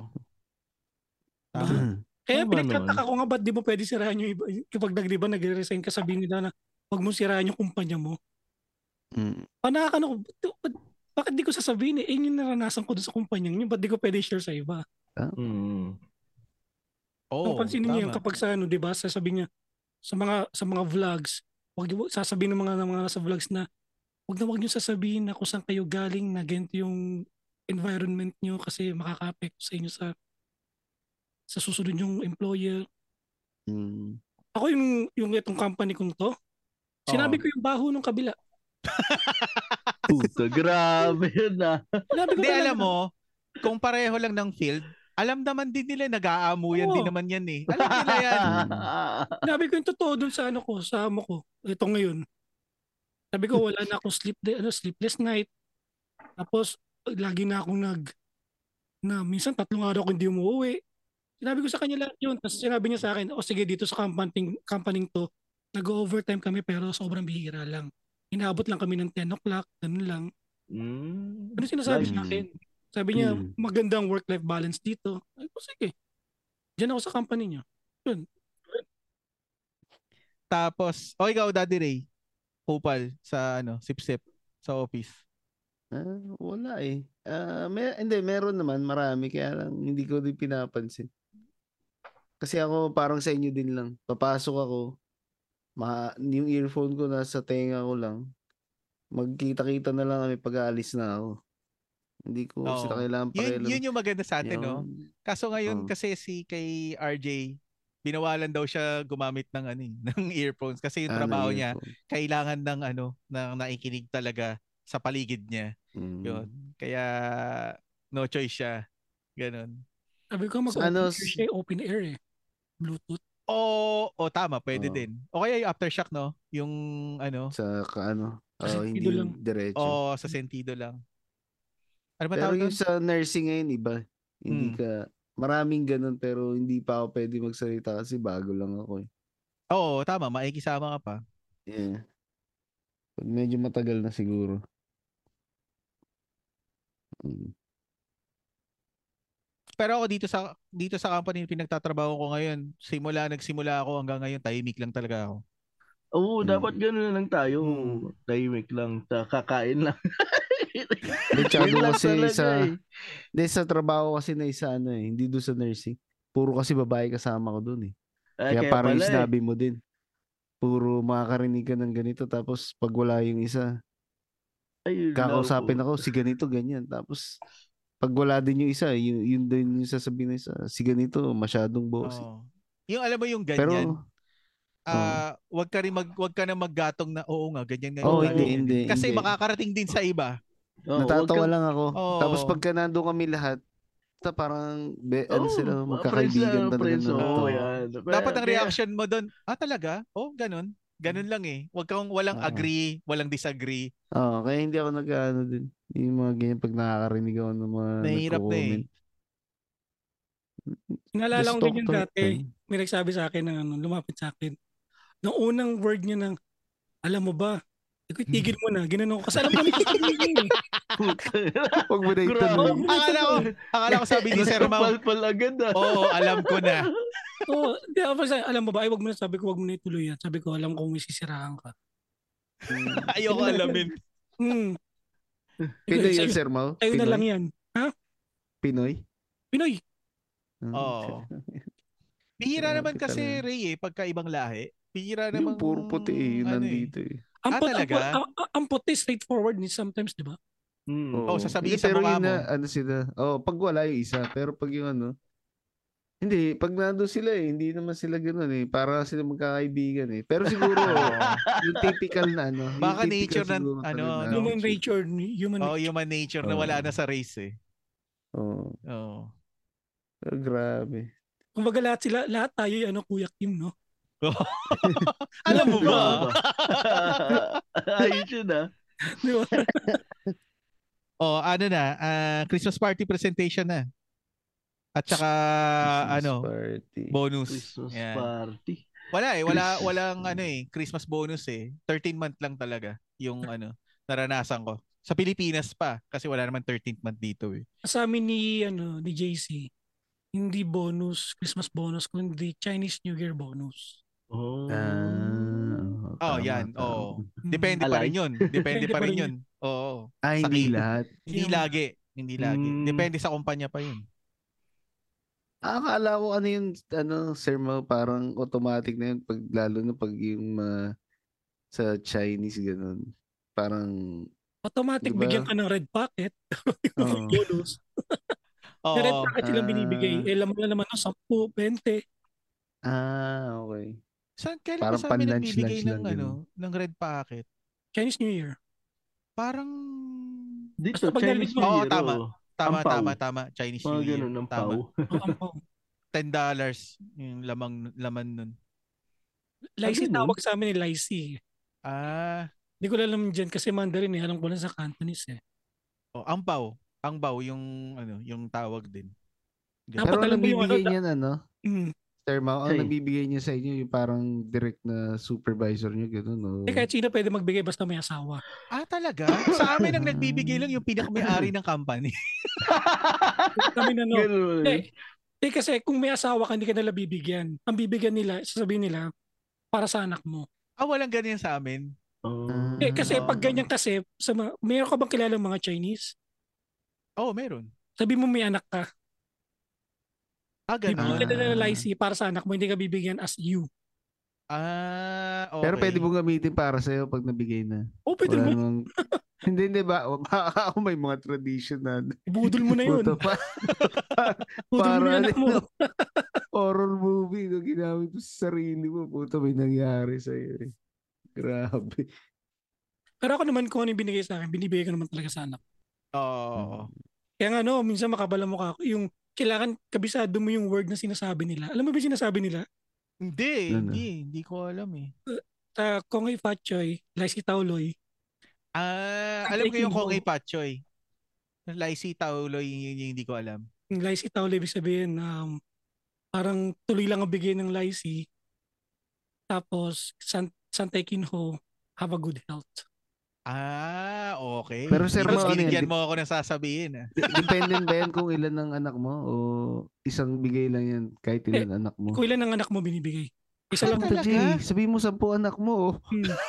Tama. Ah. Kaya Tama pinagtataka naman. ko nga, ba't di mo pwede sirahan yung iba? Kapag nag, di ba, nag-resign ka, sabihin nila na, huwag mo sirahan yung kumpanya mo. Mm. Panakan ako, "Ba't- ba't- bakit di ko sasabihin eh? Eh, yun yung naranasan ko doon sa kumpanyang yun, ba't di ko pwede share sa iba? Mm. Oo. Kung pansinin niyo yan tama. kapag sa ano, 'di ba? Sasabihin niya sa mga sa mga vlogs, wag niyo sasabihin ng mga ng mga nasa vlogs na wag na wag niyo sasabihin na kung saan kayo galing na ganito yung environment niyo kasi makaka-apekto sa inyo sa sa susunod yung employer. Mm. Ako yung yung itong company kong to. Sinabi Oo. ko yung baho ng kabila. Puta, grabe yun ah. Sinabi ko Hindi, talaga. alam mo, kung pareho lang ng field, alam naman din nila, nag-aamuyan Oo. din naman yan eh. Alam nila yan. Sinabi ko yung totoo dun sa ano ko, sa amo ko. Ito ngayon. Sabi ko wala na akong sleep day, ano, sleepless night. Tapos lagi na akong nag na minsan tatlong araw ko hindi umuwi. Sinabi ko sa kanya lahat yun. Tapos sinabi niya sa akin, o sige dito sa company, company to, nag-overtime kami pero sobrang bihira lang. Inaabot lang kami ng 10 o'clock, ganun lang. Mm. Ano sinasabi Nice. sa akin? Sabi niya, Mm. magandang work-life balance dito. Ay, ko, sige. Diyan ako sa company niyo. Tapos, o ikaw, Daddy Ray, kupal sa ano, sip-sip sa office. Ah, wala eh. Ah, mer- hindi, meron naman marami kaya lang hindi ko din pinapansin. Kasi ako parang sa inyo din lang. Papasok ako, ma- yung earphone ko nasa tenga ko lang. Magkita-kita na lang kami pag aalis na ako. Hindi ko Oo. sila kailangan Yun, pakialam. yun yung maganda sa atin, no? Yun. Oh. Kaso ngayon Oo. kasi si kay RJ, binawalan daw siya gumamit ng ano, eh, ng earphones kasi yung Ah, ng trabaho niya earphone. kailangan ng ano, ng nakikinig talaga sa paligid niya. Mm. Yun. Kaya no choice siya. Ganun. Sabi ko, mag-open ano, air siya, open air eh. Bluetooth. O, o tama, pwede Oo. din. O kaya yung aftershock, no? Yung ano, Sa ka- ano, Kasi ah, hindi dito lang. diretso. o sa sentido lang. Ano ba Pero tawag yung doon? sa nursing ngayon, iba. Hindi Hmm. ka, maraming ganun pero hindi pa ako pwede magsalita kasi bago lang ako eh. Oo, tama, maikisama ka pa. Yeah. Pag medyo matagal na siguro. Mm. Pero ako dito sa dito sa company na pinagtatrabaho ko ngayon, simula nagsimula ako hanggang ngayon, tahimik lang talaga ako. Oo, dapat Mm. gano'n na lang tayo. Mm. Tahimik lang. Ta- Kakain lang. Masyado Yun lang kasi talaga sa, eh. hindi, sa trabaho kasi na isa ano eh, hindi doon sa nursing. Puro kasi babae kasama ko doon eh. Ay, Kaya, kaya parang yung pala eh. sinabi mo din. Puro makakarinig ka ng ganito tapos pag wala yung isa, Ay, yun eh. lang oh. kakausapin po. ako si ganito, ganyan. Tapos pag wala din yung isa, yun, yun din yung sasabihin ng isa, si ganito, masyadong boss. Oo. Yung alam mo yung Pero, Oh, oh, ganyan, ah wag ka rin mag wag ka na maggatong na oo nga, ganyan nga. oh, yung hindi, ganyan." hindi. Kasi oh, hindi. makakarating din sa iba. Oo, huwag Natatawa Oh, kang- lang ako. Oo. Tapos pagka nandun kami lahat, ta parang be, ano Oo, sila, Oh, mga magkakaibigan talaga friends na, friends, na oh, oh. oo, to. yan. Dapat ang Kaya- reaction mo doon, ah talaga? Oh, ganun. Mm. Ganun lang eh. Wag kang walang Oo. agree, walang disagree. Oo, Oh, kaya hindi ako nag-ano din. Yung mga ganyan pag nakakarinig ako ng mga Nahihirap na eh. nagko-comment. Naalala ko Gusto ganyan to- eh. dati. may nagsabi sa akin ng ano, lumapit sa akin. Nung unang word niya ng, alam mo ba, Ikaw Hmm. tigil mo na, ginanong ko. Kasi alam ko na sasabihin niya eh. Puta. Huwag mo na Grabe. itanong. Akala ko, akala ko sabi ni Sir Mau, Nagkapal agad ah. oo, alam ko na. Oo, di, ako pa sa- alam mo ba, ay wag mo na sabi ko, wag mo na ituloy yan. Sabi ko, alam ko may sisiraan ka. Ayoko alamin. Hmm. Pinoy Sabi ko, yun, "Sa'yo- Sir Mau? sa'yo na Pinoy? lang yan. Pinoy? Pinoy, Hmm. Oo. Bihira Grabe naman kasi talaga. Ray eh, pagka ibang lahi. Bihira naman. Yung puro puti eh, yun ano eh. nandito eh. Ah, ang, pot, ang, talaga? pot- ang, ang- ang puti, straightforward ni sometimes, di ba? Mm. Oo, sasabihin Hindi, sa pero mukha yun mo. Na, ano sila, oh, pag wala yung isa, pero pag yung ano, Hindi, pag nando sila eh, hindi naman sila ganoon eh. Para sila magkakaibigan eh. Pero siguro, yung typical na ano. yung Baka typical nature na- siguro ano, talaga. ano. Human nature, human Oh, human nature na wala na Oh. sa race eh. Oo. Oh. Pero grabe. Kumbaga lahat sila, lahat tayo yung ano, Kuya Kim, no? Alam mo ba? Ayos yun ah. Di ba? Oh, ano na, ah, Christmas party presentation na. At saka Christmas ano, Party. bonus. Christmas Yan. party. Wala eh, wala Christmas. Mm. walang ano eh, Christmas bonus eh. 13 month lang talaga yung ano, naranasan ko. Sa Pilipinas pa kasi wala naman 13th month dito eh. Sa amin ni, ano, ni JC, hindi bonus, Christmas bonus, kundi Chinese New Year bonus. Oh. Ah, oo, Oh, tama, Mm, yan, tama. oo. Hmm. Depende pa Alay. rin 'yun. Depende pa rin 'yun. Oo. Sa Ay, hindi kilid. lahat. Hindi Yung- lagi, hindi lagi. Mm. Depende sa kumpanya pa 'yun. Ah, akala ko ano yung ano, sir mo, parang automatic na yun. Pag, lalo na pag yung mga sa Chinese, ganun. Parang, Automatic, Diba? bigyan ka ng red packet. Oo. bonus. Oo. Na red packet silang binibigay. Ah. Eh, laman na naman, no, 10, 20. ah, okay. Saan kailan Parang sa amin pan-lunch-lunch nagbibigay ng lang yun. ano, ng red packet? Chinese New Year. Parang Dito, Basta pag Chinese narinig mo- New Oo, Year, tama. oh. tama Ampaw. tama tama Chinese Mga New Year. ganun, ng Tama. pau. Oh, ang pao. 10 dollars yung lamang laman nun. Lycee Ano yun? tawag sa amin eh, Lycee. Ah, Hindi ko lang alam dyan kasi Mandarin eh. Alam ko lang sa Cantonese eh. oh, angpao. Angpao yung ano, yung tawag din. Ganun. Dapat Pero alam ang mo yung ano, bibigay da- niyan, ano? Mm. Sir Mao, Sorry. ang nabibigay niya sa inyo yung parang direct na supervisor niyo, gano'n, no? Eh, kahit sino pwede magbigay basta may asawa. Ah, talaga? Sa amin ang nagbibigay lang yung pinakamayari ng company. Kami na no. Ganun ba Eh, yun? eh, kasi kung may asawa ka, hindi ka nila bibigyan. Ang bibigyan nila, sasabihin nila, para sa anak mo. Ah, walang ganyan sa amin. Oh. Eh, kasi Hmm. Ah. pag ganyan kasi, sa mga, mayroon ka bang kilala mga Chinese? Oh, meron. Sabi mo may anak ka. Ah, ganun. Ah. Bibigyan nila ng lycee para sa anak mo, hindi ka bibigyan as you. Ah, okay. Pero pwede mong gamitin para sa'yo pag nabigay na. O, Oh, pwede Wala mo, namang... hindi, hindi ba? Baka ako may mga tradition na budol mo na yun. puto pa. Budol mo para yung anak mo. ano. Horror movie na ginamit mo sa sarili mo. Puto, may nangyari sa'yo eh. Grabe. Pero ako naman, kung ano yung binigay sa akin, binibigay ko naman talaga sa anak. Mm-hmm. Oo. Kaya nga, no, minsan makabala mo ka ako. Yung kailangan kabisado mo yung word na sinasabi nila. Alam mo ba yung sinasabi nila? Hindi, Ano? hindi. Hindi ko alam eh. Uh, Kong ay fat choy, laisi tauloy. Ah, At alam ko yung Aikido. Kongay Pachoy. Laisi Tauloy, yun yung hindi ko alam. Yung laisi tauloy, ibig sabihin, um, parang tuloy lang ang bigay ng laisi. Tapos, san, santay kinho, have a good health. Ah, okay. Pero sir, Mas mga ano yan, binigyan di- mo ako ng sasabihin. Ah. De- Dependent ba yan kung ilan ang anak mo o isang bigay lang yan kahit ilan anak mo? Kung ilan ang anak mo binibigay? Isa Ah, lang. talaga? Jay, sabihin mo sampu anak mo. oh.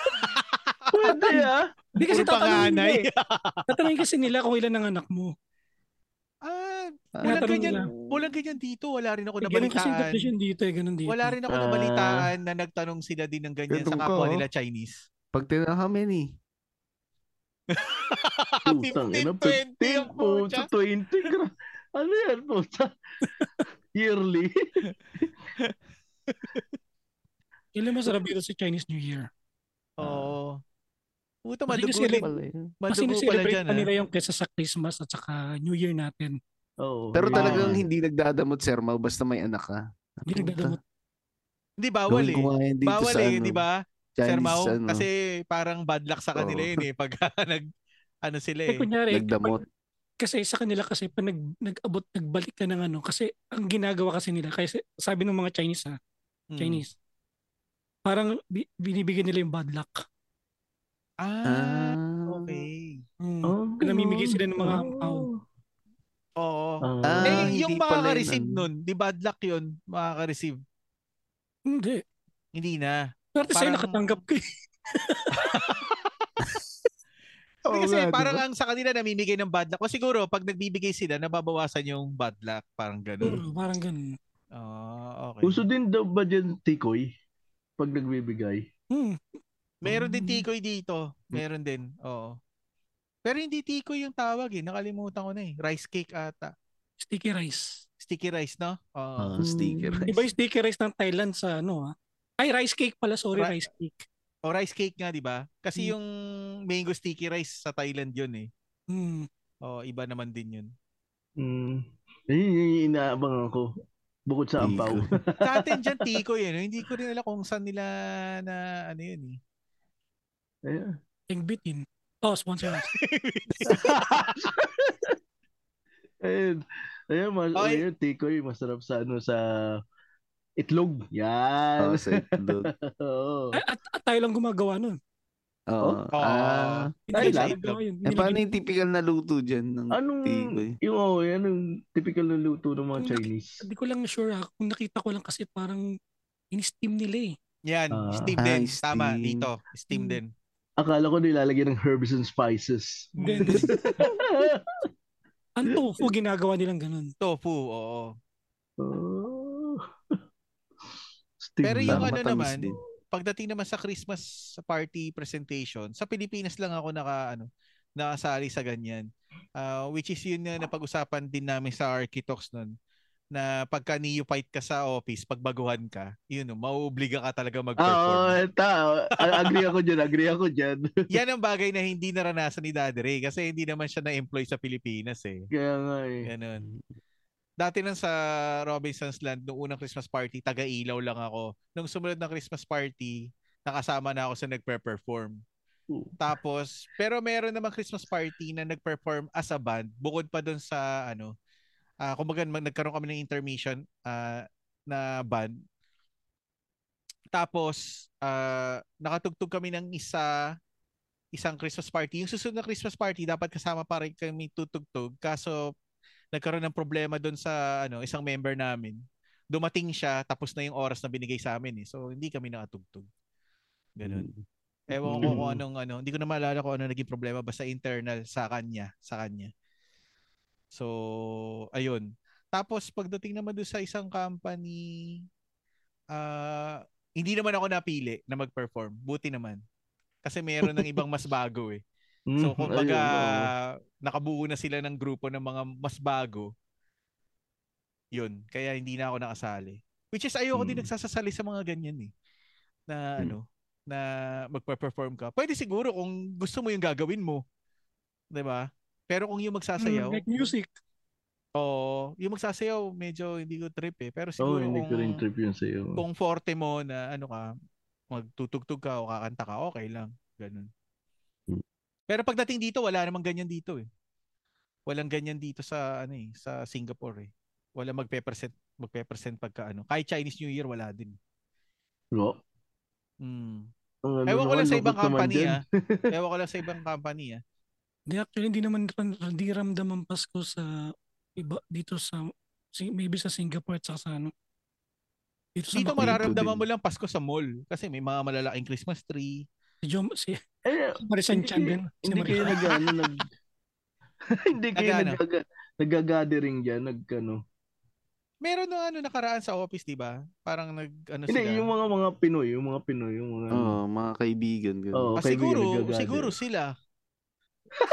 Hmm. Pwede ah. Hindi kasi Puro tatanungin nila panganay. eh. Tatanungin kasi nila kung ilan ang anak mo. Ah, Ah, walang Tinatanong ganyan, nila. walang ganyan dito. Wala rin ako Eh, ganun kasi yung nabalitaan. definition dito eh, ganun dito. Wala rin ako Ah. nabalitaan na nagtanong sila din ng ganyan sa Ganun ka, kapwa oh. nila Chinese. Pag eh, tinanong how many? Putang ina, 15, 20 ang 15 po pucha. 20. gra- Ano yan po? Yearly. Ilan masarap dito sa Chinese New Year? Oo. Puta, Kasi madugo, kasi- din- Pala yun. Mas madugo pala sineselebrate dyan. pa Ah. nila yung kesa sa Christmas at saka New Year natin. Oo. Pero yun. talagang Ah. hindi nagdadamot sir Mau, basta may anak ka. Hindi nagdadamot. Hindi, bawal Gawin eh. ko nga yan dito Bawal sa eh, ano, di ba? Chinese, Sir Mau, ano, kasi parang bad luck sa kanila Oo. yun eh. Pag nag, ano sila Eh, eh. kunyari, nagdamot. kapag- kasi sa kanila kasi pag nag, nag-abot, nagbalik ka ng ano, kasi ang ginagawa kasi nila, kasi sabi ng mga Chinese ah, ha, Mm. Chinese, parang bi- binibigyan nila yung bad luck. Ah, Ah, okay. Mm. Oh, Namimigay sila ng mga ganun. ampaw. Oo. Ah. Ah, eh, hindi yung pala yun, makaka-receive ano. nun, di bad luck yun, makaka-receive. Hindi. Hindi na. Swerte sa'yo Parang- nakatanggap ka. eh. Hindi Oo kasi nga, di parang ba? ang sa kanila namimigay ng bad luck. O siguro, pag nagbibigay sila, nababawasan yung bad luck. Parang ganun. Mm. Oo, Parang ganun. Ah, okay. Uso din daw ba dyan tikoy? Pag nagbibigay. Mm. Meron Mm. din tikoy dito. Meron din. Oo. Pero hindi tikoy yung tawag eh. Nakalimutan ko na eh. Rice cake ata. Sticky rice. Sticky rice, no? Oo. Ah, sticker. Di ba Hmm. yung sticky rice ng Thailand sa ano ah? Ay, rice cake pala. Sorry, Ra- rice cake. Ah. O rice cake nga, di ba? Kasi Mm. yung mango sticky rice sa Thailand yun eh. Hmm. O, iba naman din yun. Mm. Ayun, yun yung inaabangan ko. Bukod sa Hindi ampaw. ko- Sa atin dyan, tiko yun. Hindi ko rin alam kung saan nila na ano yun eh. Ayan. Yung bitin. Oh, sponsor us. Ayun. Ayun, mas, Okay. ayun, tikoy, masarap sa ano, sa itlog. Yan. Oh, sa itlog. Oo. Ay, at, at tayo lang gumagawa nun. Oo. Oo. Ah, Hindi Thailand? tayo gumagawa yun. eh, paano yung typical na luto dyan ng Anong, tikoy? yung, oh, yan, yung typical na luto ng mga Yung Chinese. Hindi ko lang sure ha. Kung nakita ko lang kasi parang in-steam nila eh. Yan, Ah. steam Ah, din. steam. Tama, dito. Steam Mm. din. Akala ko nilalagyan ng herbs and spices. Then, ang tofu ginagawa nilang ganun. Tofu, oo. Oh. Pero yung Parang ano matamis naman, din. pagdating naman sa Christmas party presentation, sa Pilipinas lang ako naka ano, nakasali sa ganyan. Ah, which is yun na napag-usapan din namin sa Architox noon na pagka neophyte ka sa office, pagbaguhan ka, yun, oh, mauobliga ka talaga Oo, mag-perform. ta, oh, agree ako dyan, agree ako dyan. Yan ang bagay na hindi naranasan ni Daddy Ray kasi hindi naman siya na-employ sa Pilipinas eh. Kaya nga eh. Ganun. Dati lang sa Robinson's Land, nung unang Christmas party, taga-ilaw lang ako. Nung sumunod na Christmas party, nakasama na ako sa nagpe-perform. Oo. Tapos, pero meron naman Christmas party na nag-perform as a band bukod pa doon sa ano, ah kumbaga mag- nagkaroon kami ng intermission ah, na band. Tapos, ah, nakatugtog kami ng isa isang Christmas party. Yung susunod na Christmas party, dapat kasama pa rin kami tutugtog. Kaso, nagkaroon ng problema doon sa ano, isang member namin. Dumating siya, tapos na yung oras na binigay sa amin. Eh. So, hindi kami nakatugtog. Ganun. Ewan ko kung Mm. anong ano. Hindi ko na maalala kung ano naging problema. Basta internal sa kanya. Sa kanya. So, ayun. Tapos, pagdating naman doon sa isang company, ah, hindi naman ako napili na mag-perform. Buti naman. Kasi meron ng ibang mas bago eh. So, Mm, kumbaga, ayun, oo. nakabuo na sila ng grupo ng mga mas bago. Yun. Kaya hindi na ako nakasali. Which is, ayoko Hmm. din Mm. nagsasasali sa mga ganyan eh. Na Mm. ano, na magpa-perform ka. Pwede siguro kung gusto mo yung gagawin mo. 'Di ba? Pero kung yung magsasayaw, Mm, like music. oo, yung magsasayaw, medyo hindi ko trip eh. Pero Oo, siguro Oh, hindi ko kung, rin trip yun sa'yo. kung forte mo na ano ka, magtutugtog ka o kakanta ka, okay lang. Ganun. Mm. Pero pagdating dito, wala namang ganyan dito eh. Walang ganyan dito sa ano eh, sa Singapore eh. Wala magpe-present magpe-present pagka ano. Kahit Chinese New Year wala din. Oo. Mm. Ang ano Ewan ko naman, lang sa ibang lungkot naman company dyan. ah. Ewan ko lang sa ibang company ah. Di actually, hindi naman ran- hindi ramdam ang Pasko sa iba, dito sa si- maybe sa Singapore at saka sa ano. Dito sa Dito Bacolod, mararamdaman din. mo lang Pasko sa mall kasi may mga malalaking Christmas tree. si, Jom, si Eh, Marisan Hindi- Chan din. Si hindi kayo Marisan. nag ano, nag hindi kayo Nag-ano? nagaga, nagagathering diyan nag ano. Meron na ano nakaraan sa office, 'di ba? Parang nag ano Hindi sila. yung mga mga Pinoy, yung mga Pinoy, yung mga ano. Oo, mga kaibigan. Ganun. Oo, Ah, kaibigan siguro, nag-gagather. siguro sila.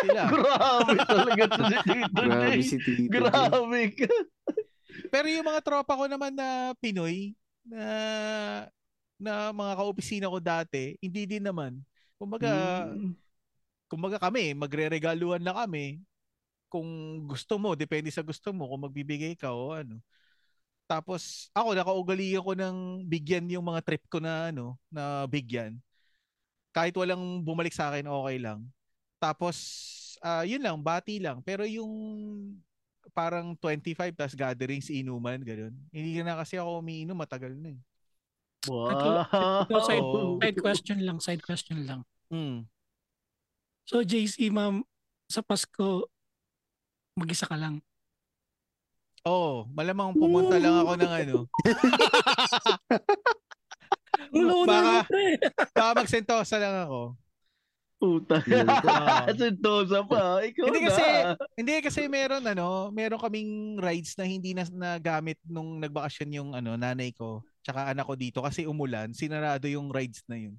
Sila. Grabe talaga to si Tito Grabe Jay. si Tito. Jay. Grabe ka. Pero yung mga tropa ko naman na Pinoy na na mga kaopisina ko dati, hindi din naman. Kumbaga, Mm. kumbaga kami, magreregaluhan na kami kung gusto mo, depende sa gusto mo kung magbibigay ka o ano. Tapos ako nakaugali ako ng bigyan yung mga trip ko na ano, na bigyan. Kahit walang bumalik sa akin, okay lang. Tapos ah, yun lang, bati lang. Pero yung parang 25 plus gatherings inuman ganun. Hindi na kasi ako umiinom matagal na eh. Wow. No, side, Oo. side question lang, side question lang. Mm. So JC, ma'am, sa Pasko, mag-isa ka lang. Oh, malamang pumunta lang ako ng ano. Ang low Baka- na pre. Baka magsentosa lang ako. Puta. Yun. Sentosa pa. Ikaw Hindi na. kasi- Hindi kasi meron ano, meron kaming rides na hindi na nagamit nung nagbakasyon yung ano nanay ko tsaka anak ko dito kasi umulan, sinarado yung rides na yun.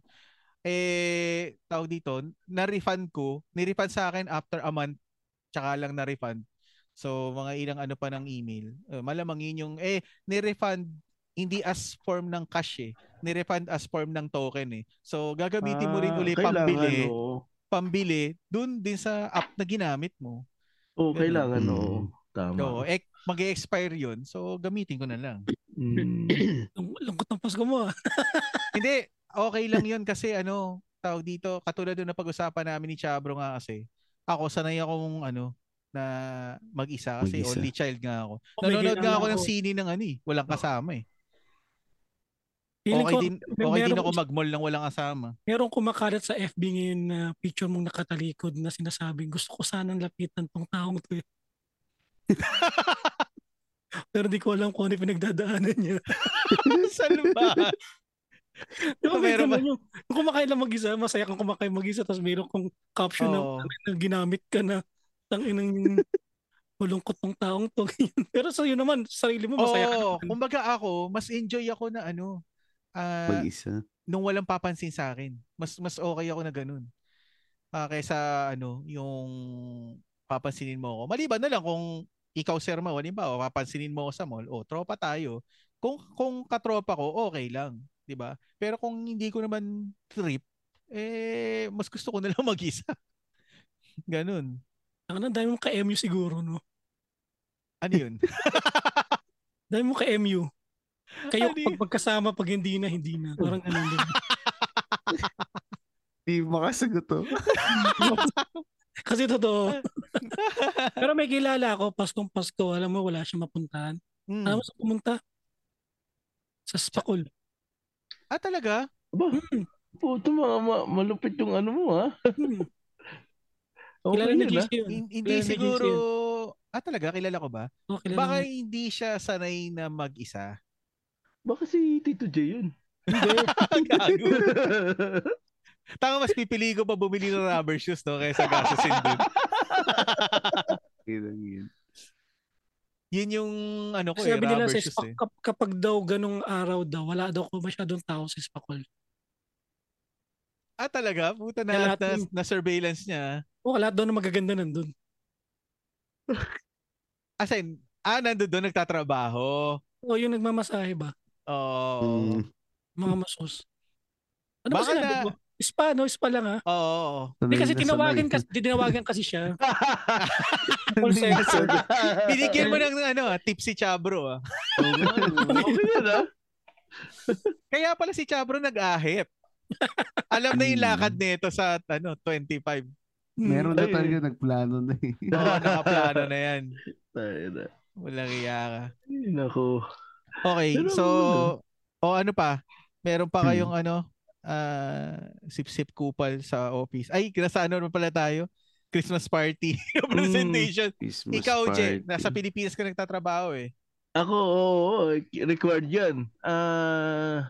Eh, tawag dito, na-refund ko, ni-refund sa akin after a month tsaka lang na-refund. So, mga ilang ano pa ng email. Uh, malamang yun yung, eh, nirefund hindi as form ng cash eh. Nirefund as form ng token eh. So, gagamitin mo rin Ah, uli kailangan, pambili, oo. pambili dun din sa app na ginamit mo. Oo, kailangan, Mm. oo. Tama. So, ek, mag-expire eh, yun. So, gamitin ko na lang. Mm. Ang Lungkot ng Pasko mo. ah. Hindi, okay lang yun kasi ano, tawag dito, katulad doon na pag-usapan namin ni Chabro nga kasi, ako sanay akong ano, na mag-isa kasi Mag-isa. only child nga ako. Oh, may Nanonood nga kailangan ako ng ko. sini ng ano eh, walang kasama eh. Oh, Feeling Okay ko, din, may- okay din meron ako ko- mag-mall ng walang kasama. Merong kumakalat sa FB ngayon na picture mong nakatalikod na sinasabing gusto ko sanang lapitan tong taong to. eh." Pero di ko alam kung ano yung pinagdadaanan niya. Salba! Ito, meron meron ba? ba? Yung, yung kumakain lang mag-isa, masaya kang kumakain mag-isa, tapos meron kong caption na, Oo. na ginamit ka na tang inang malungkot ng taong to. Pero sa iyo naman, sarili mo masaya ka. Oo, naman. kumbaga ako, mas enjoy ako na ano, ah, Mag-isa. nung walang papansin sa akin. Mas mas okay ako na ganun. Ah, kaysa ano, yung papansinin mo ako. Maliban na lang kung ikaw sir mo, halimbawa, papansinin mo ako sa mall, o tropa tayo. Kung kung katropa ko, okay lang, 'di ba? Pero kung hindi ko naman trip, eh mas gusto ko na lang mag-isa. Ganun. Ang ano, dahil mo ka MU siguro, no? Ano 'yun? Dahil mo ka MU. Kayo Ano pag yun? magkasama, pag hindi na, hindi na. Parang ganun din. Di makasagot to. Kasi totoo. Ah. Pero may kilala ako, Paskong Pasko, alam mo, wala siyang mapuntahan. Mm. Alam mo sa pumunta? Sa Spakul. Ah, talaga? Aba, Hmm. puto mga ma- malupit yung ano mo ha. Hmm. Okay Kilala yun, na ah. GC yun. Hin- Hindi Kilala ni siguro... Jinx Ah, talaga? Kilala ko ba? Oh, kilala Baka niya. hindi siya sanay na mag-isa. Baka si Tito J yun. Gago. Tanga mas pipili ko pa bumili ng rubber shoes no kaysa gastusin dun. Yun lang yun. Yun yung ano ko eh, Sabi nila rubber sa shoes Spak, eh. kap- kapag daw ganong araw daw, wala daw ko masyadong tao sa Spakul. Ah talaga? Puta Kaya na, lahat na, yun. na surveillance niya. Oh, lahat daw na magaganda nandun. As in, ah nandun doon nagtatrabaho. O yung Oh, nagmamasahe ba? Oo. Mm. Mga masos. Hmm. Ano ba Hmm. Baka sinabi na- mo? Spa, no? Spa lang ha? Oo. oo. Hindi kasi Sanay na tinawagan sanay. kasi, tinawagan kasi siya. Call Sanay na center. sanay. Binigyan mo ng ano, ah, tip si Chabro. Ah. okay yun ha. Kaya pala si Chabro nag-ahip. Alam na yung Hmm. lakad nito sa ano 25. Hmm. Meron na Ay, talaga nagplano na eh. Oo, nakaplano na yan. Tayo na. Walang iya ka. Ay, Nako. Okay, Pero so o ano pa? Meron pa Hmm. kayong ano ah, sip-sip kupal sa office. Ay, nasa ano naman pala tayo? Christmas party presentation. Christmas Ikaw, Je, party. nasa Pilipinas ka nagtatrabaho eh. Ako, oo, oo, required yan. Ah,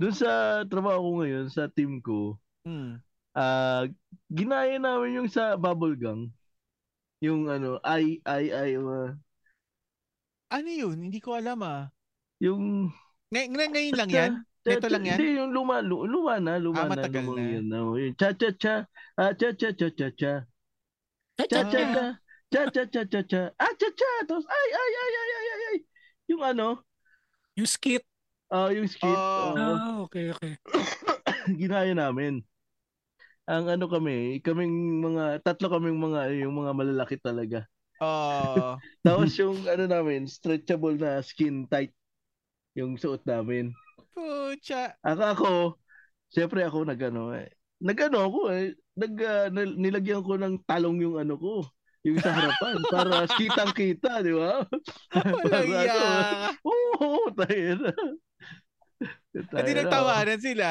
doon sa trabaho ko ngayon, sa team ko, Hmm. ah, ginaya namin yung sa bubble gang. Yung ano, ay, ay, ay, ah, Ano yun? Hindi ko alam ah. yung... Ngay- ngay- ngayon lang yan? Neto lang yan? Hindi, yung luma, lu- luma na, luma Ah, na. matagal lumang na. Yun, no? Yung cha, cha, cha, ah, cha, cha, cha, cha, cha, Ay, cha, tiyan cha, niya. cha, cha, cha, cha, cha, cha, ah, cha, cha, tapos, ay, ay, ay, ay, ay, ay, ay, yung ano, Yung skit. ah, yung skit, Oh. oo. Ah, okay, okay. ginaya namin. Ang ano kami, kaming mga, tatlo kaming mga, yung mga malalaki talaga. Oh, Tapos yung ano namin, stretchable na skin tight yung suot namin. pucha. Ako, ako, syempre ako nagano eh. Nagano ako eh, nag, ah, nil- nilagyan ko ng talong yung ano ko, yung sa harapan para kitang-kita, di ba? Walang Para iya ano, ka. Oo, tayo na. Hindi Tayo na. nagtawanan sila.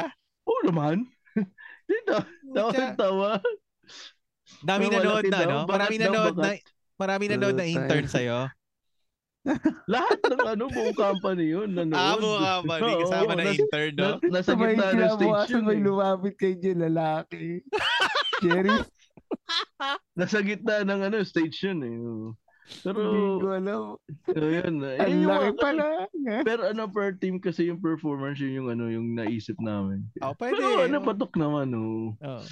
Oo naman. Dito, tawa Pucha. tawa. Dami Nawala nanood din na, daw. no? Bakat Marami daw, nanood na, bakat. marami nanood na Puta, intern yun. sa'yo. Lahat ng ano, buong company yun. Nanood. Abo ka ba? Di Oo, kasama na nas- intern, Ah, no? na- nasa Sabay gitna ng stage kinabukasan yun. may eh. lumapit kay Je, lalaki. Jerry, Nasa gitna ng ano, stage yun eh. Oo. Pero, hindi ko alam. ayun. Eh, Ang yung laki mga- pala. Pero ano, per team kasi yung performance yun yung ano, yung naisip namin. Oh, pwede. Pero ano, patok naman, no. Oo.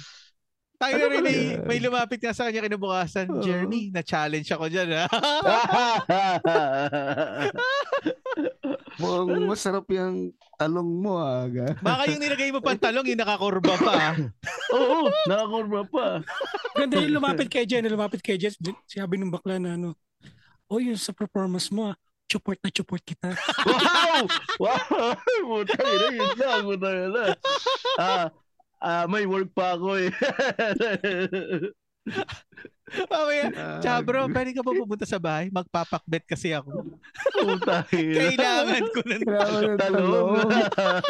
Tayo na Ano rin, may, ba yan? may lumapit nga sa kanya kinabukasan. Oo. Jeremy, na-challenge ako dyan. Ha? Mukhang masarap yung talong mo, aga. Baka yung nilagay mo pantalong, yung nakakurba pa. Oo, nakakurba pa. Ganda yung lumapit kay Jen, yung lumapit kay Jen. Sinabi nung bakla na ano, oh, yun sa performance mo, ah, support na support kita. Wow! Wow! Putang ina, yun lang. Putang ina. Ah, ah, may work pa ako eh. Mamaya, Ah, Tsaka bro, pwede ka ba pupunta sa bahay? Magpapakbet kasi ako. Putang ina. Kailangan ko na. Kailangan ng Talong. Oh, talong.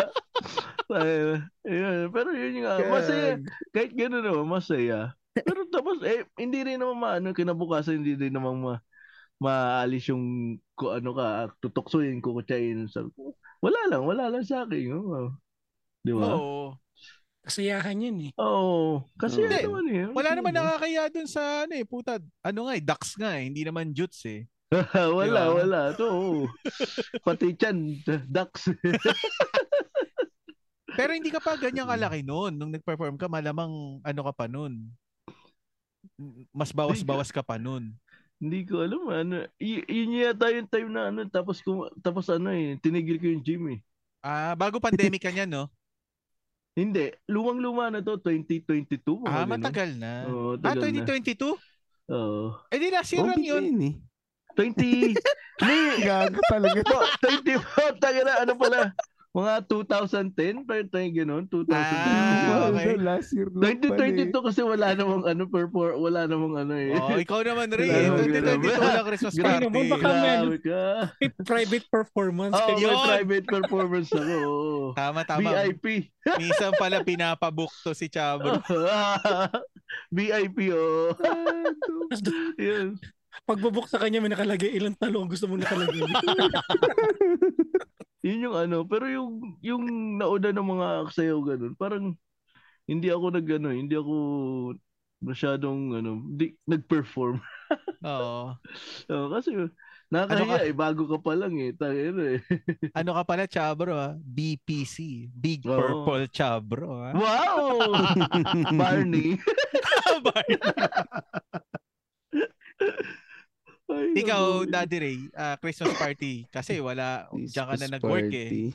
Ayun. Ayun. Pero yun yung masaya. Kahit gano'n naman, masaya. Pero tapos, eh, hindi rin naman maano, kinabukasan, hindi rin naman ma maalis yung ko ano ka, tutuksoyin, kukutsayin. Sabi ko, Wala lang, wala lang sa akin. Oo. Di ba? Oo. Oo. Kasayahan yan eh. Kasi Hindi. ano naman eh. Hmm. Wala naman na. nakakaya dun sa ano eh, puta. Ano nga eh, ducks nga eh, hindi naman jutes eh. Di wala, ba? wala. Ito, oo. pati chan, ducks. Pero hindi ka pa ganyan Mm. kalaki noon nung nag-perform ka, malamang ano ka pa noon. Mas bawas-bawas ka pa noon. Hindi ko alam ano. Y- yun yata yung time na ano tapos kung tapos ano eh tinigil ko yung gym eh. Ah, bago pandemic ka niyan, no? Hindi, luwang-luma na to 2022 mga Ah, ganun. matagal na. Oo, Ah, tagal na. 2022? Oo. Eh di last year lang Bumbi yun. yun eh. 20 Hindi, Gago talaga. to, 24 tagal na ano pala. Mga 2010 pa tayo ganun, 2000. Ah, okay. Last year lang pala eh. 2022 kasi wala namang ano perform, wala namang ano eh. Oh, ikaw naman rin. Wala naman, 2022 wala. lang Christmas Grabe naman, party. baka Grabe ka. May private performance. Oh, Kaya- may Yun. private performance ako. oo. Tama, tama. VIP. Minsan pala pinapabook to si Chabro. VIP oh. Tapos Yun. pagbubuk sa kanya, may nakalagay ilang talong gusto mo nakalagay. Yun yung ano, pero yung yung nauna ng mga aksayaw ganun, parang hindi ako nagano, hindi ako masyadong ano, di, nag-perform. Oo. Oo, kasi nakakahiya Ano eh, bago ka pa lang eh, tangin eh. Ano ka pala, Chabro, ah? BPC. Big Oo. Purple Chabro, ah. Wow! Barney. Ay, Ikaw, naku. Daddy Ray, ah, Christmas party. Kasi wala, diyan ka na Christmas nag-work eh. party.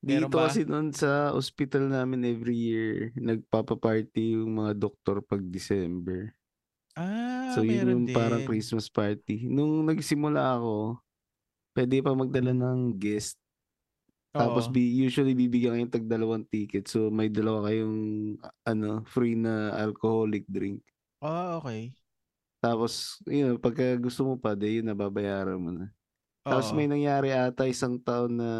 Meron Dito ba? kasi noon sa hospital namin every year, nagpapa-party yung mga doktor pag December. Ah, so yun meron yung din. parang Christmas party. Nung nagsimula ako, pwede pa magdala ng guest. Mm. Oo. Tapos bi- usually bibigyan kayo ng tag dalawang ticket. So may dalawa kayong ano, free na alcoholic drink. Ah, okay. Tapos, yun, pagka gusto mo pa, de, yun, nababayaran mo na. Tapos Oo. may nangyari ata isang taon na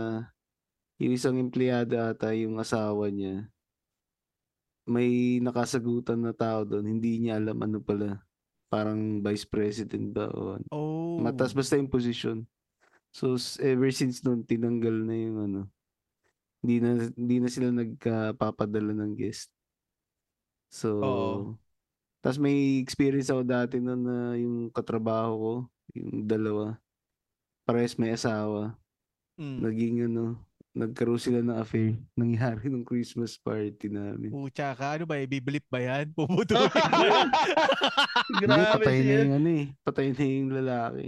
yung isang empleyado ata yung asawa niya. May nakasagutan na tao doon, hindi niya alam ano pala. Parang vice president ba o ano. Oh. Matas basta yung position. So s- ever since noon tinanggal na yung ano. Hindi na hindi na sila nagpapadala ng guest. So Oo. tas may experience ako dati noon na yung katrabaho ko, yung dalawa. Pares may asawa. Mm. Naging ano, nagkaroon sila ng affair. Nangyari nung Christmas party namin. Pucha ka, ano ba, eh, biblip ba yan? Puputulin ba yan? Hindi, Grabe patay na siya. yung ano eh. Patay na yung lalaki.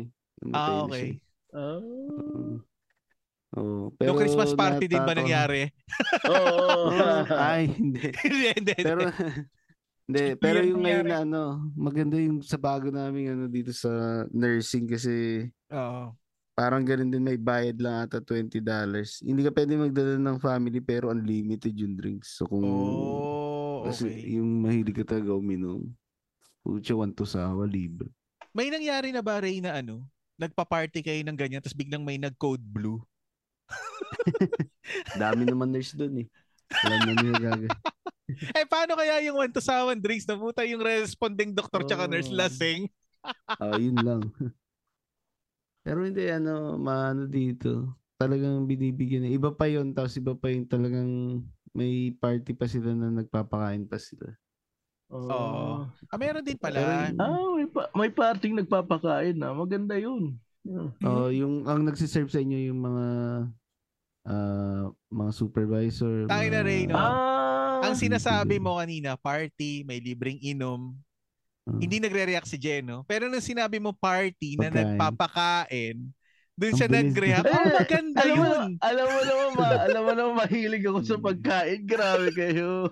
ah, Namatay na siya. okay. Ah. Mm. Oo. Yung Christmas party din ba natatawa- nangyari? Oo. Ay, hindi. Hindi, hindi, hindi. Pero, hindi. Hindi Pero yan yung ngayon na nangyari. ano, maganda yung sa bago namin ano dito sa nursing kasi Oo. parang ganun din may bayad lang ata $20. Hindi ka pwede magdala ng family pero unlimited yung drinks. So kung Oh, Mm. kasi okay. yung mahilig ka talaga uminom, pucha, one to sawa, libre. May nangyari na ba, Ray, na ano? Nagpa-party kayo ng ganyan, tapos biglang may nag-code blue. Dami naman nurse doon eh. Alam na nila gagawin. Eh, paano kaya yung one to seven drinks na puta yung responding doctor tsaka nurse Oh. lasing? Ah, yun lang. Pero hindi, ano, maano dito. Talagang binibigyan. Iba pa yun, tapos iba pa yung talagang may party pa sila na nagpapakain pa sila. Oo. Ah, meron din Pero pala. yung, Ah, may, pa- may parting nagpapakain na. Maganda yun. Yeah. oh, yung, ang nagsiserve sa inyo yung mga ah, mga supervisor. Tayo na, mga- Ray, no? Ah, Ang sinasabi Mm. mo kanina, party, may libreng inom. Ah. Hindi nagre-react si Jen, no? Pero nung sinabi mo party na Pagkain. nagpapakain, doon Ang siya bilis nag-react. niya. Oh, maganda Alam mo, yun. Hmm. alam mo naman, ma, alam mo naman mahilig ako sa pagkain. Grabe kayo.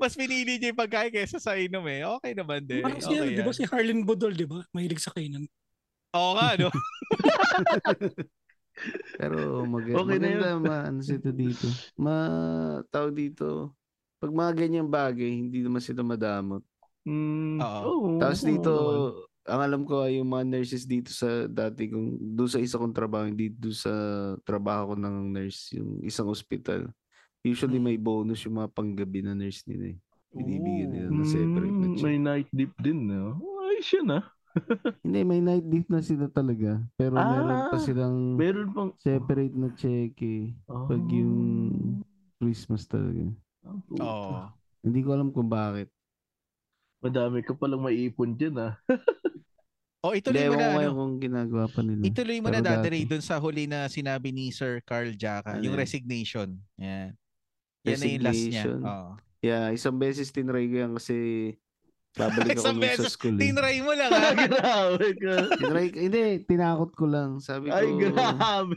Mas pinili niya yung pagkain kaysa sa inom eh. Okay naman din. Parang Okay siya, di ba yan. si Harlan Bodol, di ba? Mahilig sa kainan. Oo nga, no? Pero mag- Okay na maganda ma, ano sila dito. Ma, tao dito, pag mga ganyang bagay, hindi naman sila madamot. Mm, Oo. oo, Tapos oo dito, naman. ang alam ko ay yung mga nurses dito sa dati kung doon sa isa kong trabaho, hindi doon sa trabaho ko ng nurse, yung isang ospital. Usually may Mm. bonus yung mga panggabi na nurse nila eh. Binibigyan nila na separate na Hmm. Mm, check. may night dip din, no? Ayos yun, ah. Hindi, may night shift na sila talaga. Pero meron pa Ah, silang Meron pang... separate na check eh. Pag yung- Christmas talaga. Ah, puta. Oo. Hindi ko alam kung bakit. Madami ka palang maiipon dyan, ah. Oh, ituloy mo Hindi, ewan na, ko ngayon ano? kung ginagawa pa nila. Ituloy mo na, Pero dati. Dadre, dun sa huli na sinabi ni Sir Carl Jaka, Ano yung yan? resignation. Yan. Yan na yung last niya. Resignation. Oo. Yeah, isang beses tinry ko yan kasi babalik ako Isang nun sa beses, school. eh. Tinry mo lang, ah. ha? grabe ka. Tinry, hindi, tinakot ko lang. Sabi ko, Ay, grabe.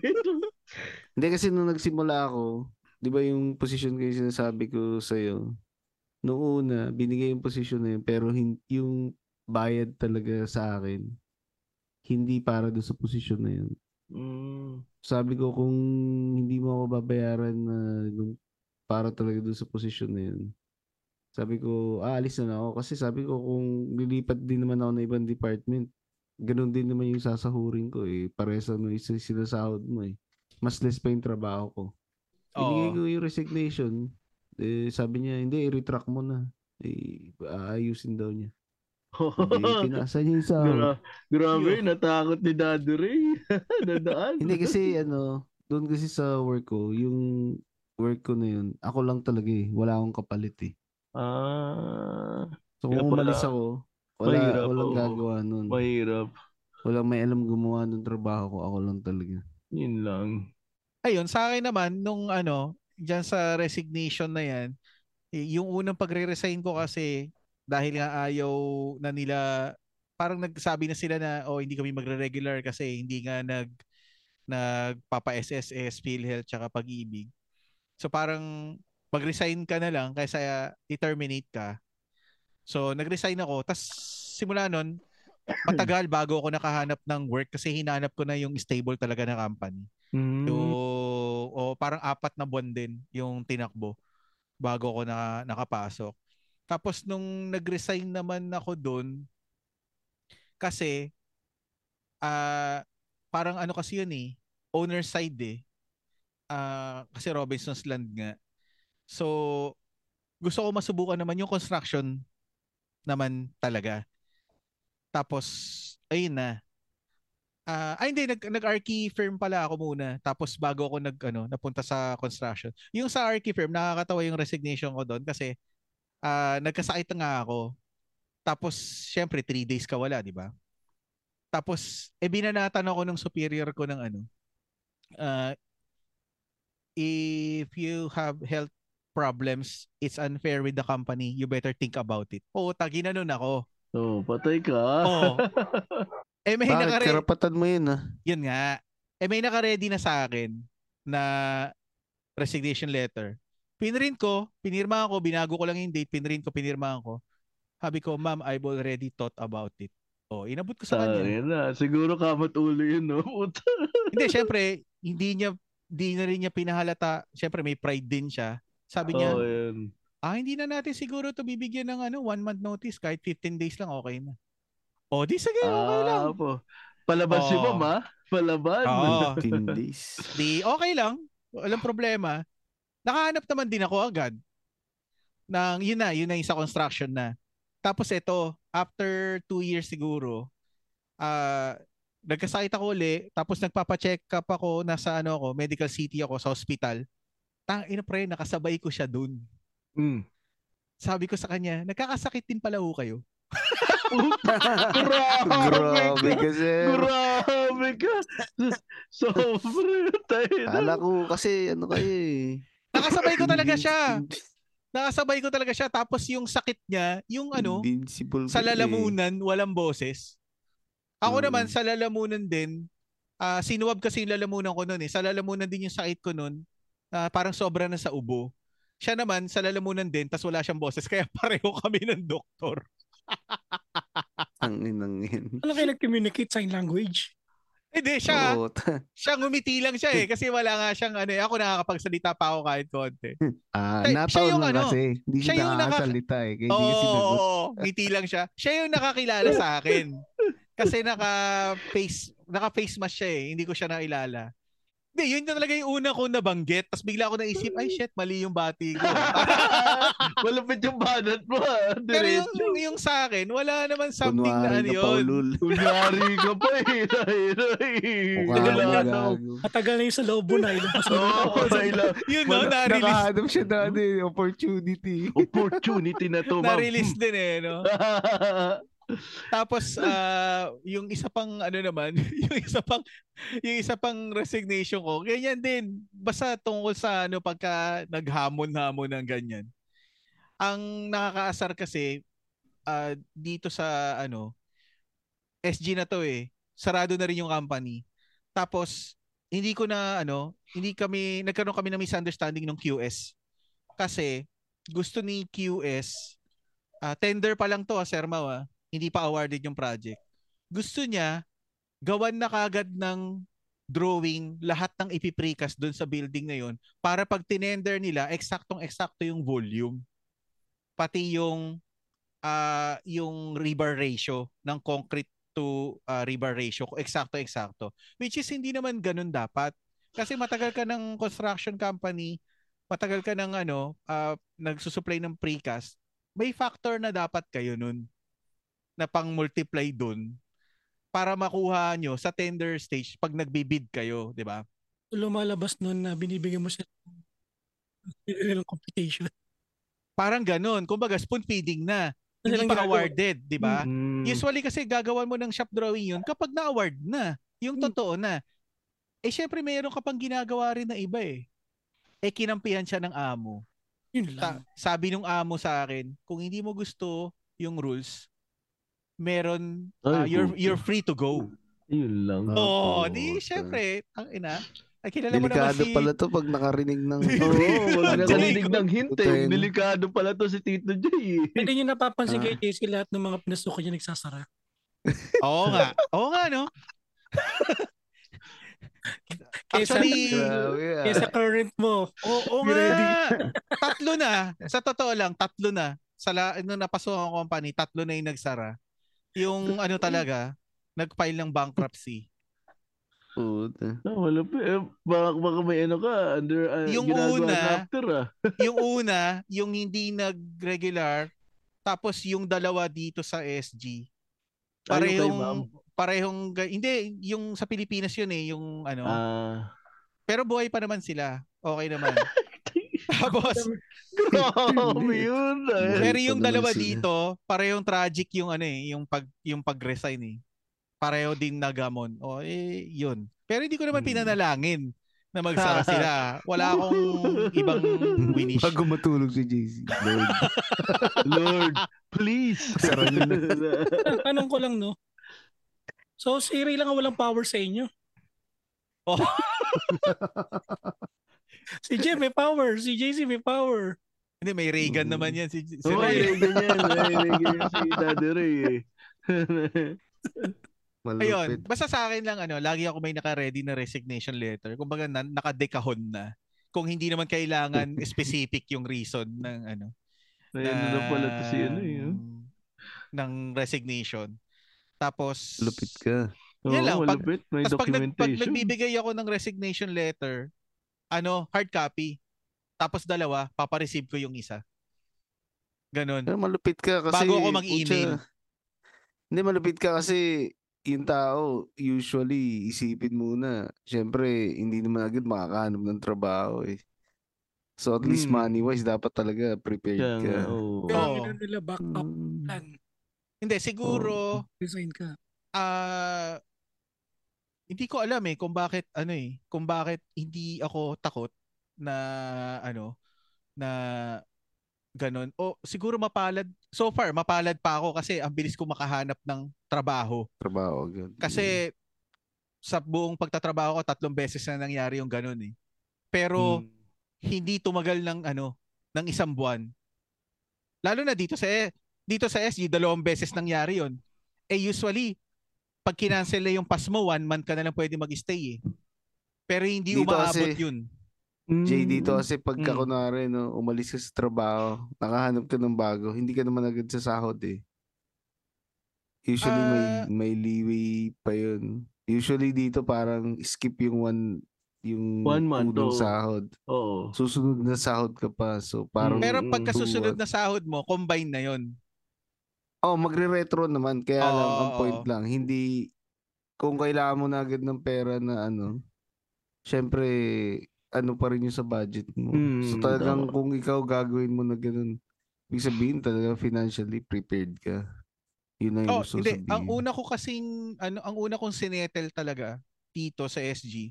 hindi kasi nung nagsimula ako, di ba yung position ko yung sinasabi ko sa'yo, noong una, binigay yung position na yun, pero hin- yung bayad talaga sa akin, hindi para doon sa position na yun. Mm, Sabi ko, kung hindi mo ako babayaran na nung- para talaga doon sa position na yun, sabi ko, aalis na lang ako. Kasi sabi ko, kung lilipat din naman ako na ibang department, ganun din naman yung sasahurin ko eh. Parehas ano isa sinasahod mo eh. Mas less pa yung trabaho ko. Binigay ko Oo. yung resignation. Eh, sabi niya, hindi, i-retract mo na. Eh, aayusin daw niya. Hindi, pinasa niya yung sahod. Um, Gra- grabe, natakot ni Daddy Ray. Nadaan. Hindi kasi ano, doon kasi sa work ko, yung work ko na yun, ako lang talaga eh. Wala akong kapalit eh. Ah, So Kaya kung pala, umalis ako, wala, mahirap, walang oo. gagawa nun. mahirap. Walang may alam gumawa ng trabaho ko. Ako lang talaga. Yun lang. Ayun, sa akin naman, nung ano, dyan sa resignation na yan, eh, yung unang pagre-resign ko kasi, dahil nga ayaw na nila, parang nagsabi na sila na, oh, hindi kami magre-regular kasi hindi nga nag, nagpapa-SSS, PhilHealth, tsaka pag-ibig. So parang mag-resign ka na lang kaysa i-terminate ka. So nag-resign ako. Tapos simula nun, matagal bago ako nakahanap ng work kasi hinanap ko na yung stable talaga na company. Mm, So, o parang apat na buwan din yung tinakbo bago ko na nakapasok. Tapos nung nag-resign naman ako doon kasi ah parang ano kasi yun eh, owner side eh. Ah, kasi Robinson's Land nga. So, gusto ko masubukan naman yung construction naman talaga. Tapos, ayun na. Ah, ay hindi nag nag-archi firm pala ako muna tapos bago ako nag ano napunta sa construction. Yung sa archi firm nakakatawa yung resignation ko doon kasi ah nagkasakit nga ako. Tapos syempre three days ka wala, di ba? Tapos eh binanatan ako ng superior ko ng ano ah, if you have health problems, it's unfair with the company. You better think about it. Oo, tagina nun ako. oh, patay ka. Oo. Eh may Bakit? nakare- Karapatan mo yun ah. yun nga. Eh may naka-ready na sa akin na resignation letter. Pinrint ko, pinirma ko, binago ko lang yung date, pinrint ko, pinirma ko. Sabi ko, ma'am, I've already thought about it. Oh, inabot ko sa kanya. Tari na. Siguro kamat ulo yun, no? Puta. hindi, syempre, hindi niya, hindi na rin niya pinahalata. Syempre, may pride din siya. Sabi niya, Oo, Oh, yun. ah, hindi na natin siguro to bibigyan ng ano, one month notice. Kahit 15 days lang, okay na. Oh, di sige, okay lang. Oh. Ah. Ah, po. Palabas si Oo. Ma'am, ha? Palaban. Oo. 10 days. Di, okay lang. Walang problema. Nakahanap naman din ako agad. Nang, yun na, yun na yung sa construction na. Tapos ito, after two years siguro, ah nagkasakit ako uli, tapos nagpapacheck up ako, nasa ano ako, medical city ako, sa hospital. Tang, ina pre, nakasabay ko siya dun. Mm. Sabi ko sa kanya, nagkakasakit din pala ho kayo. Oh Grabe Grabe ka. kasi. Eh. Grabe ka. Sobrang tayo na. Kala ko kasi ano kayo eh. Nakasabay ko talaga siya. nakasabay ko talaga siya. Tapos yung sakit niya, yung ano, Invincible sa kasi. lalamunan, walang boses. Ako Mm. naman, sa lalamunan din, ah sinuwab kasi yung lalamunan ko noon eh. Sa lalamunan din yung sakit ko noon, ah, parang sobra na sa ubo. Siya naman, sa lalamunan din, tas wala siyang boses. Kaya pareho kami ng doktor. eh. Ang inang yan. Alam kayo nag-communicate sign language. Hindi, siya, Oo, ta- siya ngumiti lang siya eh. Kasi wala nga siyang ano eh. Ako nakakapagsalita pa ako kahit konti. Siya- Ah, siya nataon yung na ano, kasi. Hindi siya siya yung naka- nakakasalita eh. Kaya Oo, hindi kasi oo, nagot. oo. ngiti lang siya. Siya yung nakakilala sa akin. Kasi naka-face, naka-face mask siya eh. Hindi ko siya nailala. Hindi, yun na talaga yung una kong nabanggit. Tapos bigla ako naisip, ay shit, mali yung bati ko. Malapit yung banat mo ah. ha. Pero yung, Diretso. yung, yung sa akin, wala naman something na Kunwari ano na yun. paulul. Kunyari ka pa eh. Mukha Mukha Wala na na. gago. Matagal na yung sa lobo na eh. ilabas mo. Oo, Laila. Yun no, Wala- na-release, Nakahanap siya na ano eh, opportunity. Opportunity na to, ma'am. na-release din eh. No? Tapos ah, yung isa pang ano naman, yung isa pang yung isa pang resignation ko, ganyan din. Basta tungkol sa ano pagka naghamon-hamon ng ganyan. Ang nakakaasar kasi ah, dito sa ano SG na to eh, sarado na rin yung company. Tapos hindi ko na ano, hindi kami nagkaroon kami ng misunderstanding ng QS. Kasi gusto ni QS ah, tender pa lang to, ah, Sir Mau, ah hindi pa awarded yung project. Gusto niya gawan na kagad ng drawing lahat ng ipiprecast doon sa building na yon para pag tinender nila eksaktong eksakto yung volume pati yung ah yung rebar ratio ng concrete to ah, rebar ratio eksakto eksakto which is hindi naman ganun dapat kasi matagal ka ng construction company matagal ka ng ano ah, nagsusupply ng precast may factor na dapat kayo nun na pang-multiply dun para makuha nyo sa tender stage pag nagbibid kayo, di ba? Lumalabas nun na binibigyan mo siya ng computation. Parang ganun. Kumbaga, spoon feeding na. Ano Hindi lang pa ginagawa? awarded, di ba? Hmm, Mm-hmm. Usually kasi gagawan mo ng shop drawing yun kapag na-award na. Yung Mm. totoo na. Eh syempre meron ka pang ginagawa rin na iba eh. Eh kinampihan siya ng amo. Yun Ta- lang. sabi nung amo sa akin, kung hindi mo gusto yung rules, meron, ah, Ay, you're, puto. you're free to go. Yun lang. Oo, oh, Oo, di oo, syempre, ang ina. Ay, kilala mo naman Delikado si... pala to pag nakarinig ng... Oo, wag na Tuloy kanilig ng hintay. Tutuin. Delikado pala to si Tito J. eh. Hindi nyo Ah. napapansin kay JC lahat ng mga pinasukan niya nagsasara. Oo nga. Oo nga, no? Kesa, Actually, Grabe ah. kesa current mo. oo, oo Be ready. nga. Tatlo na. Sa totoo lang, tatlo na. Sa la, nung napasukan ko ang company, tatlo na yung nagsara. Yung ano talaga, nag-file ng bankruptcy. Puta. Ah, wala pa. Eh, baka, baka may ano ka, under, uh, Yung ginagawa una, na after ah. Yung una, yung hindi nag-regular, tapos yung dalawa dito sa SG. Ayun kay Parehong, ma'am. parehong, ga- hindi, yung sa Pilipinas yun eh, yung ano. Ah. Pero buhay pa naman sila. Okay naman. Tapos, Grabe yun Buhay eh. pero yung pa naman dalawa sila. dito, parehong tragic yung ano eh, yung pag yung pag-resign eh. Pareho din nagamon. O eh yun. Pero hindi ko naman Mm. Hmm. pinanalangin na magsara sila. Wala akong ibang winish. Bago matulog si JC. Lord. Lord, please. Sara niyo na. Ang tanong ko lang, no? So, si Ray lang ang walang power sa inyo. Oh. si Jeff may power. Si JC may power. Hindi may Reagan Mm. Hmm. naman yan si, si Oo, Ray. ay, ganyan. Ay, ganyan si Daddy Ray eh. Ayun, Malupit. basta sa akin lang ano, lagi ako may naka-ready na resignation letter. Kumbaga na, nakadekahon na. Kung hindi naman kailangan specific yung reason ng ano. Ay, ano na pala to si ano eh. oh. ng- ng resignation. Tapos Lupit ka. Yan Oo, lang, pag- malupit. May tas pag, nag, pag documentation. nagbibigay ako ng resignation letter, ano, hard copy. Tapos dalawa, papareceive ko yung isa. Ganon. Pero malupit ka kasi... Bago ako mag-email. putya, Hindi, malupit ka kasi yung tao, usually, isipin muna. Siyempre, hindi naman agad makakahanap ng trabaho eh. So at least Hmm. money-wise, dapat talaga Kaya prepared nga, ka. oo. Pero Oo. oh. nila back up Mm. plan. Hindi, siguro, Oh, Resign ka. ah, hindi ko alam eh kung bakit, ano eh, kung bakit hindi ako takot na, ano, na ganun. O siguro mapalad, so far mapalad pa ako kasi ang bilis ko makahanap ng trabaho. Trabaho. Yun. Mm. Kasi sa buong pagtatrabaho ko, tatlong beses na nangyari yung ganun eh. Pero Mm. Hmm. hindi tumagal ng ano, ng isang buwan. Lalo na dito sa E, dito sa SG, dalawang beses nangyari yon. Eh usually, pag kinancel na yung pass mo, one month ka na lang pwede mag-stay eh. Pero hindi Dito umaabot kasi- yun. JD to kasi pagka Mm. kunwari, no, umalis ka sa trabaho, nakahanap ka ng bago, hindi ka naman agad sa sahod eh. Usually Ah. may may leeway pa yun. Usually dito parang skip yung one yung One month, unang oo. sahod. Oo. Susunod na sahod ka pa. So parang Pero Mm, pagka two susunod na months. sahod mo, combine na yon. Oh, magre-retro naman. Kaya Oo, lang, ang oo, point oo. lang, hindi, kung kailangan mo na agad ng pera na ano, syempre, ano pa rin yung sa budget mo. Hmm, Mm, so talagang tama. kung ikaw gagawin mo na ganun, ibig sabihin talaga financially prepared ka. Yun Oh, ang gusto hindi. sabihin. Ang una ko kasing ano, ang una kong sinetel talaga dito sa SG.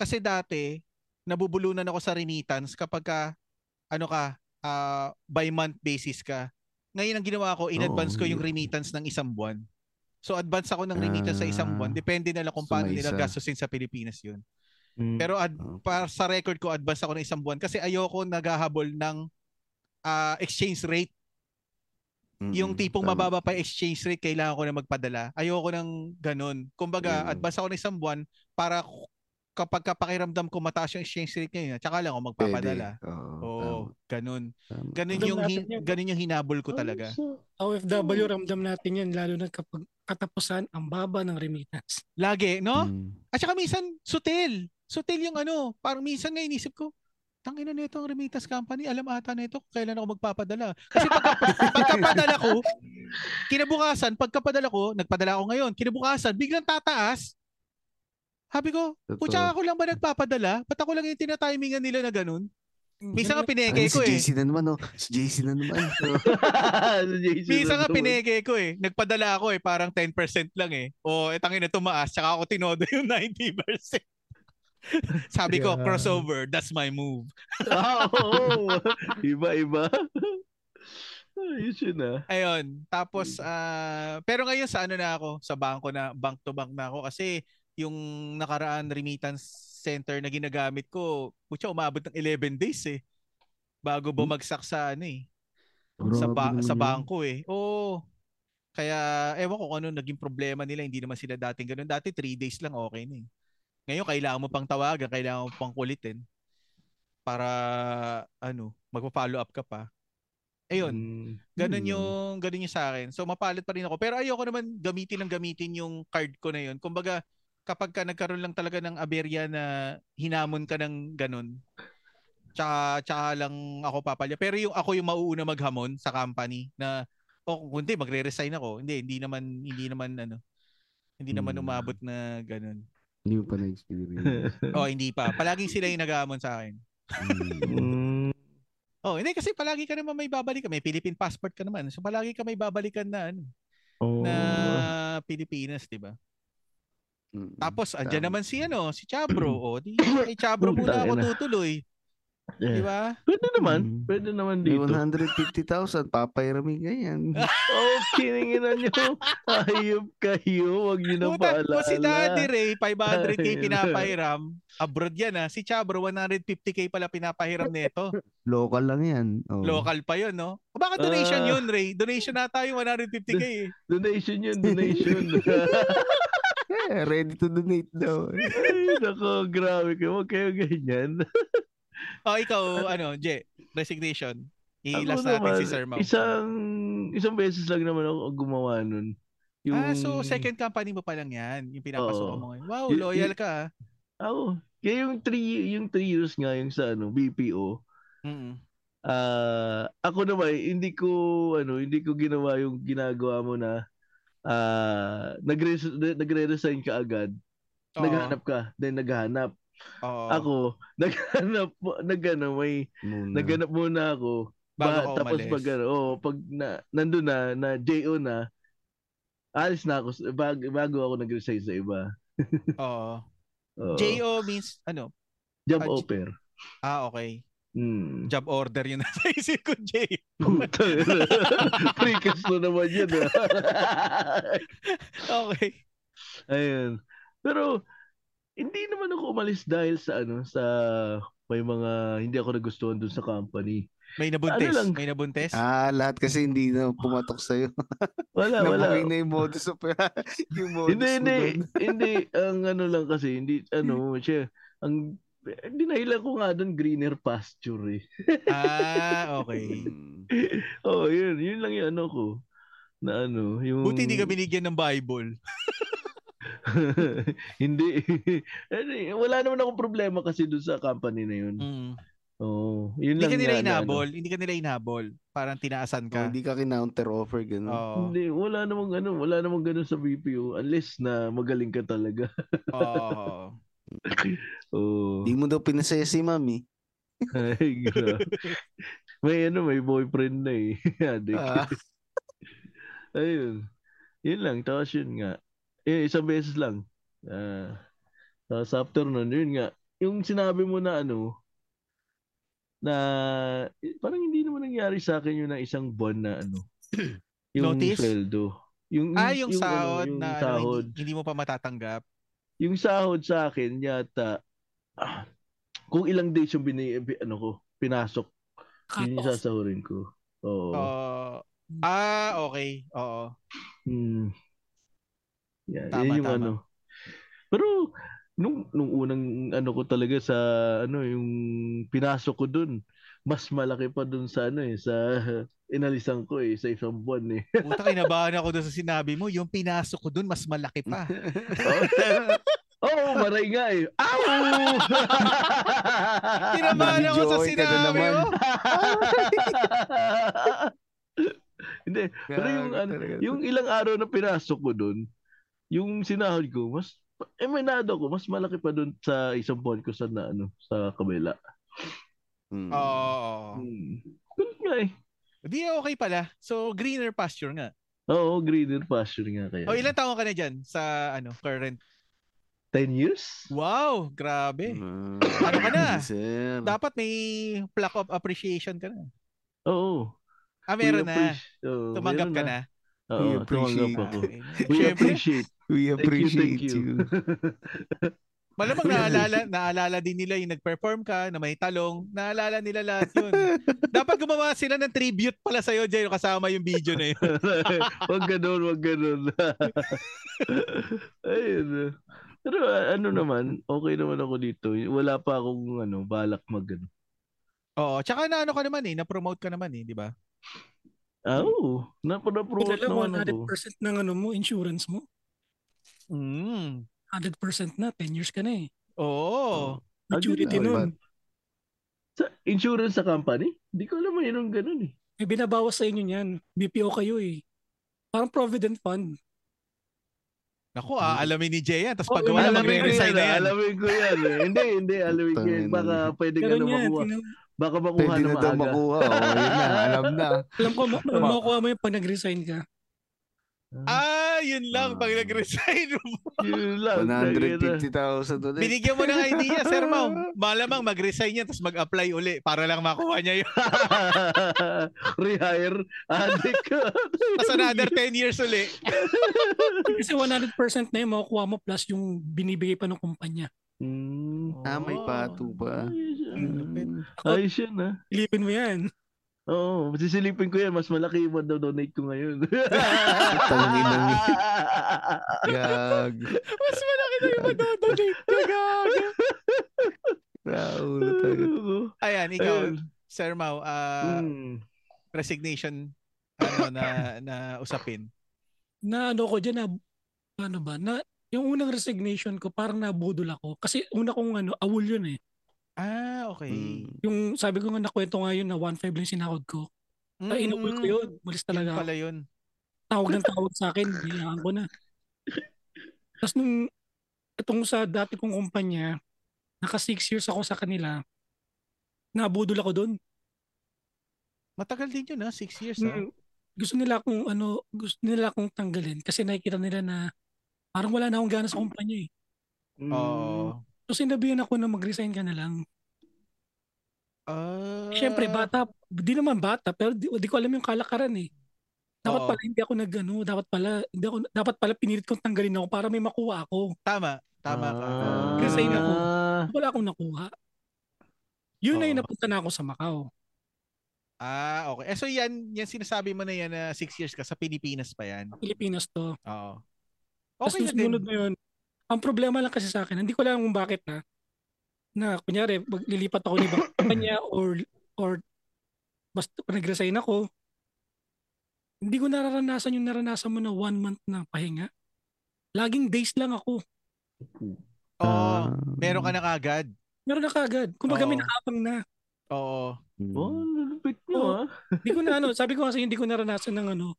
Kasi dati nabubulunan ako sa remittance kapag ka ano ka ah, by month basis ka. Ngayon ang ginawa ko, in Oo, advance ko yun. yung remittance ng isang buwan. So advance ako ng remittance sa isang buwan. Ah, Depende na lang kung so paano may nila isa. Hmm, gastusin sa Pilipinas yun. Mm. Pero ad- Okay. para sa record ko, advance ako ng isang buwan kasi ayoko naghahabol ng ah, exchange rate Mm-mm, yung tipong tama. mababa pa yung exchange rate, kailangan ko na magpadala. Ayoko ng ganun. Kumbaga, Mm. advance ako ng isang buwan para k- kapag kapakiramdam ko mataas yung exchange rate ngayon, tsaka lang ako Pwede. magpapadala. Oo, Oo, ganun. tama, tama. Ganun Ramdam yung, hin- natin yan. ganun yung hinabol ko talaga. OFW, ramdam natin yan, lalo na kapag katapusan ang baba ng remittance. Lagi, no? Mm. At saka minsan, sutil. Sutil yung ano. Parang minsan nga inisip ko, tangin na nito ang remittance company. Alam ata nito kung kailan ako magpapadala. Kasi pagka, pagkapadala ko, kinabukasan, pagkapadala ko, nagpadala ako ngayon, kinabukasan, biglang tataas. Habi ko, Totoo. putya ako lang ba nagpapadala? Ba't ako lang yung tinatimingan nila na ganun? Minsan nga Ano, pineke si ko eh. JC na naman, oh. Si JC na naman. Sa JC Minsan nga lang naman. pineke ko eh. Nagpadala ako eh. Parang 10% lang eh. O, eh tangin na tumaas. Tsaka ako tinodo yung 90%. Sabi ko, Yeah. crossover. That's my move. Ah, Oo. Iba, iba. Ayos yun ah. Ayun. Tapos, ah, pero ngayon sa ano na ako, sa bangko na, bank to bank na ako kasi yung nakaraan remittance center na ginagamit ko, putya, umabot ng 11 days eh. Bago bumagsak sa ano eh, sa, ba- Grabe sa naman yun. bangko eh. Oo. Kaya, ewan ko kung ano naging problema nila. Hindi naman sila dating ganun. Dati 3 days lang okay na eh. Ngayon, kailangan mo pang tawagan, kailangan mo pang kulitin para ano, magpa-follow up ka pa. Ayun. Mm. Ganun Hmm. yung ganun yung sa akin. So mapalit pa rin ako. Pero ayoko naman gamitin ng gamitin yung card ko na yun. Kumbaga kapag ka nagkaroon lang talaga ng aberya na hinamon ka ng ganun. Tsaka, tsaka lang ako papalya. Pero yung ako yung mauuna maghamon sa company na o kung hindi magre-resign ako. Hindi hindi naman hindi naman ano. Hindi naman Hmm. umabot na ganun. Hindi mo pa na-experience. O hindi pa. Palaging sila yung naghahamon sa akin. Mm. Mm. Oh, hindi kasi palagi ka naman may babalikan. May Philippine passport ka naman. So palagi ka may babalikan na ano, Oo. na Oh. Pilipinas, 'di ba? Hmm, Mm. Tapos andyan Tama. naman si ano, si Chabro. Hmm. o, di kay Chabro muna Putang ako ina. tutuloy, 'di Yeah. ba? Pwede naman. Mm. Pwede naman May dito. 150,000, papairamin ka yan. Oh, kininginan nyo. Ayop kayo. Huwag nyo na Utang paalala. mo si Daddy Ray, 500k Ay, pinapahiram. Abroad yan ha. Si Chabro, 150k pala pinapahiram nito. Hmm. Local lang yan. Oh. Oo. Local pa yun, no? O baka donation Ah. yun, Ray. Donation na tayo, 150k eh. Donation yun, donation. Yeah, Eh, ready to donate daw. Ay, nako, grabe kayo. Huwag kayo ganyan. O, ikaw, ano, Je, resignation. Ako I-last natin naman, si Sir Mau. Isang, isang beses lang naman ako gumawa nun. Yung, Ah, so second company mo pa lang yan, yung pinapasok Oo. mo ngayon. Wow, Y- y- loyal ka. ah. Ako. Kaya yung three, yung three years nga yung sa ano, BPO. Mm-mm. Ah, ako naman, hindi ko ano, hindi ko ginawa yung ginagawa mo na ah nagre- nagre-resign ka agad. Oo. Naghanap ka, then naghanap. Oo. Ako, naghanap, nagano ano, may Muna. naghanap muna Hmm. ako. bago Ba- ka tapos umalis. pag ano, oh, pag na, nandun na na JO na alis na ako s- bag, bago ako nag-resign sa iba. Oo. Oo. JO means ano? ah, job J- offer. Ah, okay. Hmm. Job order yun nasa isip ko, Jay. Puta. Precast na naman yun. ah. Okay. Ayun. Pero hindi naman ako umalis dahil sa ano, sa may mga hindi ako nagustuhan dun sa company. May nabuntes. Ano lang? May nabuntes. Ah, lahat kasi hindi na pumatok sa'yo. Wala, wala. Nabuhay na yung modus operandi. yung modus Hindi, mo hindi. doon. Hindi, ang ano lang kasi, hindi, ano, siya, ang, dinahilan ko nga doon greener pasture eh. Ah, okay. Hmm. Mm. Oo, oh, yun, yun lang yung ano ko. Na ano, yung... Buti hindi ka binigyan ng Bible. hindi. Ano eh, wala naman akong problema kasi doon sa company na yun. Mm. Oo, yun Hindi lang ka nila nga na ano. inabol. Hindi ka nila inabol. Parang tinaasan Oh, ka. hindi ka kinounter offer ganun. Oo. Hindi, wala namang ano, wala namang ganun sa BPO unless na magaling ka talaga. Oo. Oo. Hindi mo daw pinasaya si mami. Ay, grabe. may ano, may boyfriend na eh. Adik. Ah, Ayun. Yun lang. Tapos yun nga. Eh, isang beses lang. Ah. tapos after nun, yun nga. Yung sinabi mo na ano, na eh, parang hindi naman nangyari sa akin yun na isang buwan na ano. Yung Notice? sweldo. Yung, Ah, yung, ano, sahod yung na ano, sahod. hindi, hindi mo pa matatanggap. Yung sahod sa akin yata, ah, kung ilang days yung bini, ano ko, pinasok, Cut yun yung off. sasahurin ko. Oo. Oo. ah, okay. Oo. Hmm. Yeah, Tama, yun yung tama. ano. Pero nung nung unang ano ko talaga sa ano yung pinasok ko dun, mas malaki pa dun sa ano eh sa inalisan ko eh sa isang buwan eh. Puta, kinabahan ako doon sa sinabi mo. Yung pinasok ko doon, mas malaki pa. oh, maray nga eh. Ow! Kinabahan ako sa Nag-joy ka doon sinabi naman. mo. oh. Hindi, pero yung Grabe ano, talaga. yung ilang araw na pinasok ko doon, yung sinahod ko, mas eh may nado ko, mas malaki pa doon sa isang buwan ko sa na, ano, sa kabila. Mm. Oo. Hmm. Ganun nga eh. Di okay pala. So, greener pasture nga. Oo, greener pasture nga kaya. O, ilang taon ka na dyan sa ano current? 10 years? Wow, grabe. Ah, Ano ka na? sir. Dapat may plaque of appreciation ka na. Oo. Ah, We meron na. appreci- oo, Tumanggap meron ka na. Ah, Oo, We tumanggap appreciate. ako. Okay. We Siyempre, appreciate. We appreciate thank you. you. malamang naalala, naalala din nila yung nag-perform ka na may talong. Naalala nila lahat yun. Dapat gumawa sila ng tribute pala sa'yo, Jay, kasama yung video na yun. wag ganun, wag ganun. Ayun. Pero uh, ano naman, okay naman ako dito. Wala pa akong ano, balak mag ano. Oo, tsaka na ano ka naman eh, na-promote ka naman eh, di ba? Ah, oo. Napadapromote Dala, naman ako. 100% ng ano mo, insurance mo. Mm. 100% na, 10 years ka na eh. Oo. Maturity Ah, nun. Sa insurance sa company? Hindi ko alam mayroong ganun eh. May binabawas sa inyo niyan. BPO kayo eh. Parang Provident Fund. Naku, ah, alamin ni Jay yan. Tapos Oo, pag wala, alamin ko magre-resign na yan. Alamin ko yan. eh. Hindi, hindi. Alamin ko yan. Tangina. Baka pwede ka Pero na niyan, makuha. tingnan- Baka makuha Pwede na na daw maaga. makuha. Oh, yun na, alam na. alam ko, ma- Ma- makukuha mo yung pag nag-resign ka. Ah, yun lang. Pag Ah. nag-resign, Yun lang. tangina. 150,000 ulit. binigyan mo ng idea, Sir Mau. Malamang mag-resign yan, tapos mag-apply uli para lang makuha niya yun. Rehire. Adik ka. Tapos another 10 years uli. Kasi 100% na yung makukuha mo plus yung binibigay pa ng kumpanya. Hmm. Ah, may pato pa. Ayos yan. Mm. Ayos yan ah. Ilipin mo yan. Oo, sisilipin ko yan. Mas malaki yung donate ko ngayon. Tangin ng Hmm, gag. Mas malaki na yung madodonate ko, gaga. Raulo talaga. Ayan, ikaw, Ayun. Sir Mau, ah, Mm. resignation ano na na usapin. na ano ko dyan na ano ba na yung unang resignation ko parang nabudol ako kasi una kong ano awol yun eh Ah, okay. Mm. yung sabi ko nga nakwento nga yun na 1.5 lang yung sinakod ko Mm. mm inawol ko yun malis Yun talaga ako. pala yun. tawag ng tawag sa akin hinayaan ko na tapos nung itong sa dati kong kumpanya naka 6 years ako sa kanila nabudol ako doon Matagal din yun, ha? Six years, ah. ha? Hmm, Mm. gusto nila akong ano gusto nila akong tanggalin kasi nakikita nila na parang wala na akong gana sa kumpanya eh Oo. Hmm. So sinabihan ako na mag-resign ka na lang. Ah. Siyempre, bata, di naman bata, pero di, di ko alam yung kalakaran eh. Dapat Oo. pala hindi ako nagano, dapat pala hindi ako dapat pala pinilit kong tanggalin ako para may makuha ako. Tama. Tama ka. Ah. Kasi yun ako. Wala akong nakuha. Yun Oo. na yung napunta na ako sa Macau. Ah, okay. Eh, so yan, yan sinasabi mo na yan na six years ka sa Pilipinas pa yan. Pilipinas to. Oo. Tapos Okay okay, na din. na yun. Ang problema lang kasi sa akin, hindi ko alam kung bakit na, na kunyari, mag- lilipat ako ni kanya or, or basta nag-resign ako, hindi ko nararanasan yung naranasan mo na one month na pahinga. Laging days lang ako. Oo. Oh, Ah. meron ka na kagad. Meron na kagad. Kumbaga may Oo. nakapang na. Oo. Hmm. Oh, lulupit Oo. nyo ah. Hindi ko na ano, sabi ko kasi hindi ko naranasan ng ano,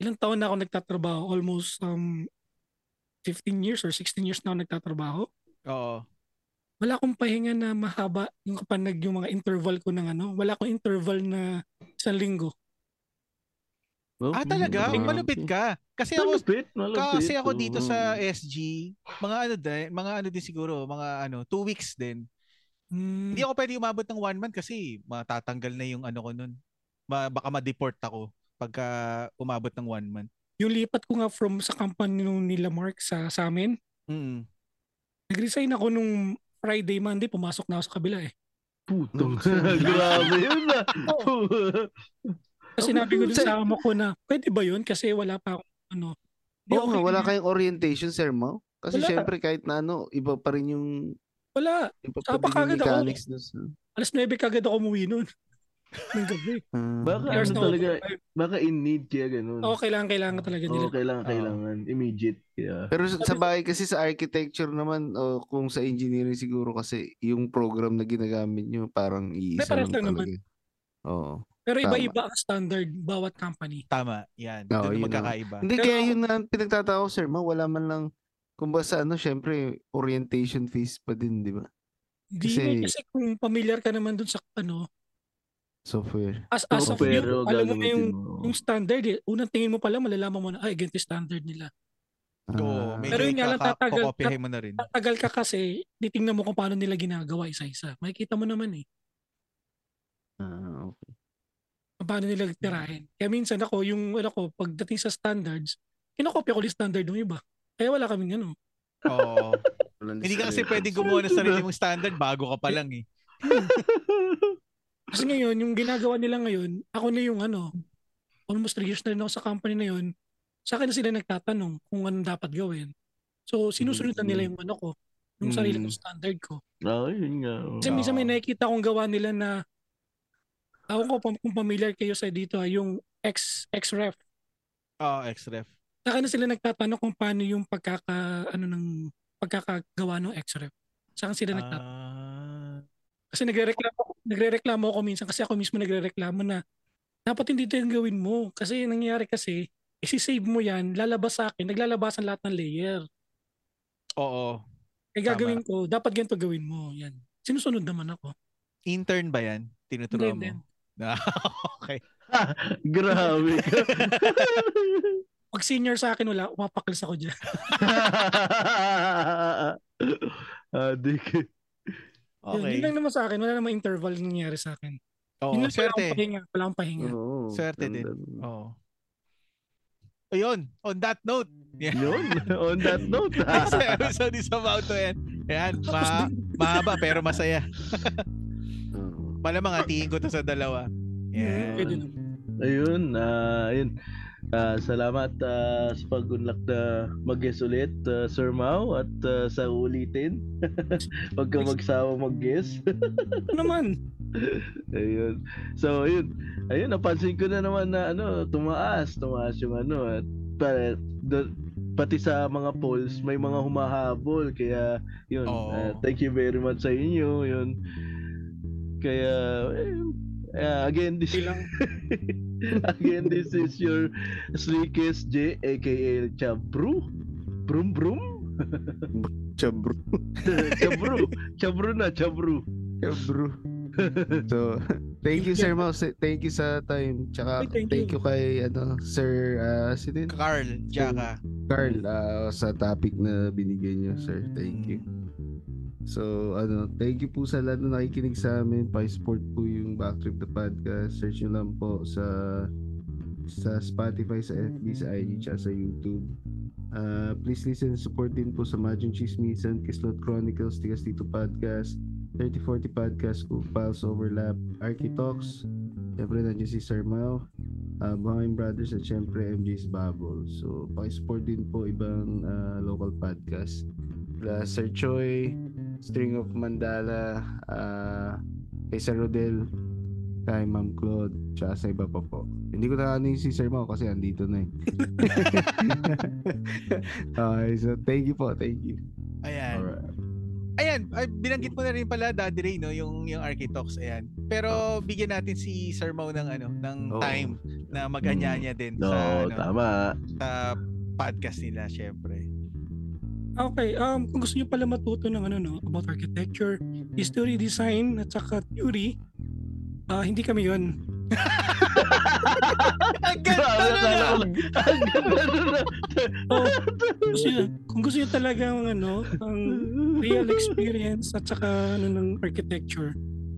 ilang taon na ako nagtatrabaho, almost um 15 years or 16 years na ako nagtatrabaho. Oo. Wala akong pahinga na mahaba yung kapanag yung mga interval ko ng ano. Wala akong interval na isang linggo. Ah, talaga? Mm. Malupit ka. Kasi ako, Malupit, malupit. kasi ako dito oo. sa eh, SG, mga ano din, mga ano din siguro, mga ano, two weeks din. Hmm, Hindi ako pwede umabot ng one month kasi matatanggal na yung ano ko nun. Ma- baka ma-deport ako pagka umabot ng one month. yung lipat ko nga from sa company nung nila Mark sa, sa amin, Mm. nag-resign ako nung Friday, Monday, pumasok na ako sa kabila eh. Putong. Grabe yun ah. Oh. Kasi sinabi ko dun sa amo ko na, pwede ba yun? Kasi wala pa akong ano. Hindi, Oo nga, okay wala na yun. kayong orientation, Sir Mau. Kasi Wala. syempre kahit na ano, iba pa rin yung Wala. iba pa din yung Tapos kagad ako. mechanics na sa... Alas 9 kagad ako umuwi nun. Ng gabi. Ah. Baka Hours ano na talaga, overtime. baka in need kaya ganun. Oo, oh, kailangan, kailangan talaga nila. Oo, Ah. kailangan, kailangan. Immediate kaya. Pero sa, sa bahay kasi sa architecture naman o kung sa engineering siguro kasi yung program na ginagamit nyo parang iisa May parehas lang lang naman. talaga. Oo. Pero iba-iba ang standard bawat company. Tama. Yan. Oo, Doon yun magkakaiba. Hindi Pero- kaya yun na ang pinagtataka ko, sir, ma, wala man lang kumbaga sa ano, syempre orientation phase pa din, di ba? Hindi Kasi- kasi, kasi kung familiar ka naman dun sa ano, Software. as, as Oo, of you, pero alam mo na yung, gagamitin mo. yung standard eh. Unang tingin mo pala, malalaman mo na, ay, ganito yung standard nila. Oo, Ah, medyo Pero yun nga lang, ikaka- tatagal- kokopyahin mo na rin. Tatagal ka kasi, titingnan mo kung paano nila ginagawa isa-isa. Makikita mo naman eh, ah, okay. kung paano nila tirahin. Kaya minsan ako, yung ano ko, pagdating sa standards, kinokopya ko yung standard ng iba. Kaya wala kaming ano. Oo. Walang Hindi ka kasi discrimination. pwede gumawa ng sarili mong standard bago ka pa lang eh. Kasi ngayon, yung ginagawa nila ngayon, ako na yung ano, almost 3 years na rin ako sa company na yun, sa akin na sila nagtatanong kung anong dapat gawin. So, sinusunod na nila yung ano ko, yung sarili kong standard ko. Oo, Ah, yun nga. oh. oo. Kasi minsan may nakikita akong gawa nila na, ako ko pam- kung familiar kayo sa dito, ah, yung ex, ex-ref. Oo, ex-ref. Sa akin na sila nagtatanong kung paano yung pagkaka, ano ng, pagkakagawa ng ex-ref. Sa akin sila nagtatanong. Ah. Kasi nagrereklamo ako, nagrereklamo ako minsan kasi ako mismo nagrereklamo na dapat hindi ito yung gawin mo. Kasi nangyayari kasi, isi-save mo yan, lalabas sa akin, naglalabasan lahat ng layer. Oo. Eh Tama. gagawin ko, dapat ganito gawin mo. Yan. Sinusunod naman ako. Intern ba yan? Tinuturuan Hindi, mo? Ah, okay. Grabe ka. Pag senior sa akin, wala, umapaklis ako dyan. Adik. Yun, Okay. yun lang naman sa akin, wala namang interval na nangyari sa akin. Oo, yun lang wala akong swerte. Diba? pahinga, wala akong pahinga. Oo. Swerte din. Ganda. Oo. Ayun, on that note, yeah. Yun. On that note. ha? this episode is about to end. Ayan, Tapos ma dun- mahaba pero masaya. ah. Oo. Malamang atingin ko to sa dalawa. Yeah. Pwede naman. Ayun, ah, ayun. Ah, salamat ah, sa pag-unlock na mag-guest ulit, ah, Sir Mau, at ah, sa ulitin. Huwag ka magsawa mag-guest. Ano naman? ayun. So, ayun. Ayun, napansin ko na naman na ano, tumaas. Tumaas yung ano. At pa, do- pati sa mga polls, may mga humahabol. Kaya, yun. Oo. ah, thank you very much sa inyo. Yun. Kaya, ayun. Ah, again, this Bilang Again, this is your sleekest J, aka Chabru. Brum brum. Chabro. Chabru. Chabru na, Chabru. Chabro. So, thank you, Sir Mouse. Thank you sa time. Tsaka, Ay, thank thank, you. kay, ano, Sir, ah, si din, Carl, Jaka. Carl, ah, sa topic na binigay niyo, sir. Thank you. So, ano, thank you po sa lahat na nakikinig sa amin. Pa-support po yung Backtrip the Podcast. Search nyo lang po sa sa Spotify, sa FB, sa IG, at sa YouTube. Uh, please listen and support din po sa Majong Chismisan, Kislot Chronicles, Tigas Dito Podcast, 3040 Podcast, Cook Files Overlap, Archie Talks, Siyempre, nandiyan si Sir Mao, uh, Bahangin Brothers, at siyempre MJ's Bubble. So, pakisupport din po ibang ah, local podcast. La Sir Choi, String of Mandala, ah, kay Sir Rodel, kay Ma'am Claude, tsaka sa iba pa po. Hindi ko na ano yung si Sir Mao kasi andito na eh. okay, so thank you po, thank you. Ayan. Alright. Ayan, ay, binanggit mo na rin pala Daddy Ray, no, yung yung Architox, ayan. Pero bigyan natin si Sir Mau ng ano, ng Oo. time na maganyanya din Mm. No, sa ano, tama. sa podcast nila, syempre. Okay, um, kung gusto nyo pala matuto ng ano, no, about architecture, history, design, at saka theory, ah, hindi kami yun. Ang ganda Grabe, na akala ko lang- Ang ganda nun ah. So, gusto nyo, kung gusto nyo talaga ang ano, ang Mm-hmm. real experience at saka ano, ng architecture,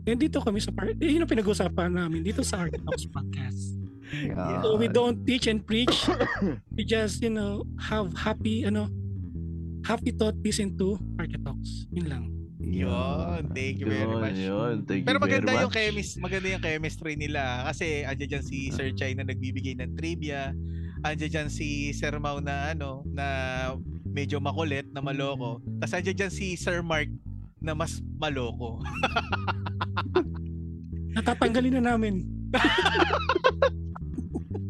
then dito kami sa part, eh, yun ang pinag-usapan namin dito sa Architects Podcast. Yeah. So we don't teach and preach. we just, you know, have happy, ano, happy thought peace into architects. Yun lang. Yun, thank you very Yun, much. yun. Thank you Pero maganda very yung much. chemis, maganda yung chemistry nila ah. kasi andiyan dyan si Sir Ah. Chai na nagbibigay ng trivia. Andiyan dyan si Sir Mau na ano na medyo makulit na maloko. Mm. Tapos andiyan dyan si Sir Mark na mas maloko. Natatanggalin na namin.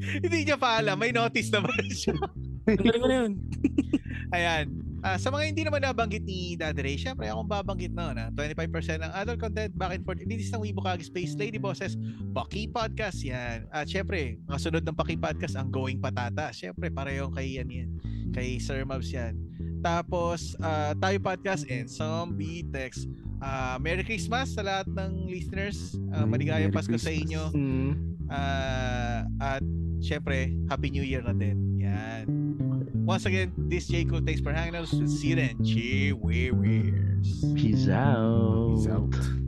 Hindi niya pa alam, may notice naman siya. Tanggalin ko na yun. Ayan. Ah, sa mga hindi naman nabanggit ni Daddy Ray, syempre akong babanggit na na 25% ng adult content, back and forth, inis ng Weibo Kag Space, Lady Bosses, Paki Podcast, yan. At syempre, kasunod ng Paki Podcast, ang Going Patata. Syempre, parehong kay ano yan yan. Kay Sir Mabs yan. Tapos, ah, Tayo Podcast and Zombie Text. Ah, Merry Christmas sa lahat ng listeners. Ah, Ay, maligayang Merry Pasko sa Christmas. inyo. Mm. Ah, at syempre, Happy New Year na din. Yan. Once again, this J. Cool. Thanks for hanging out. See you then. Cheers. Peace out. Peace out.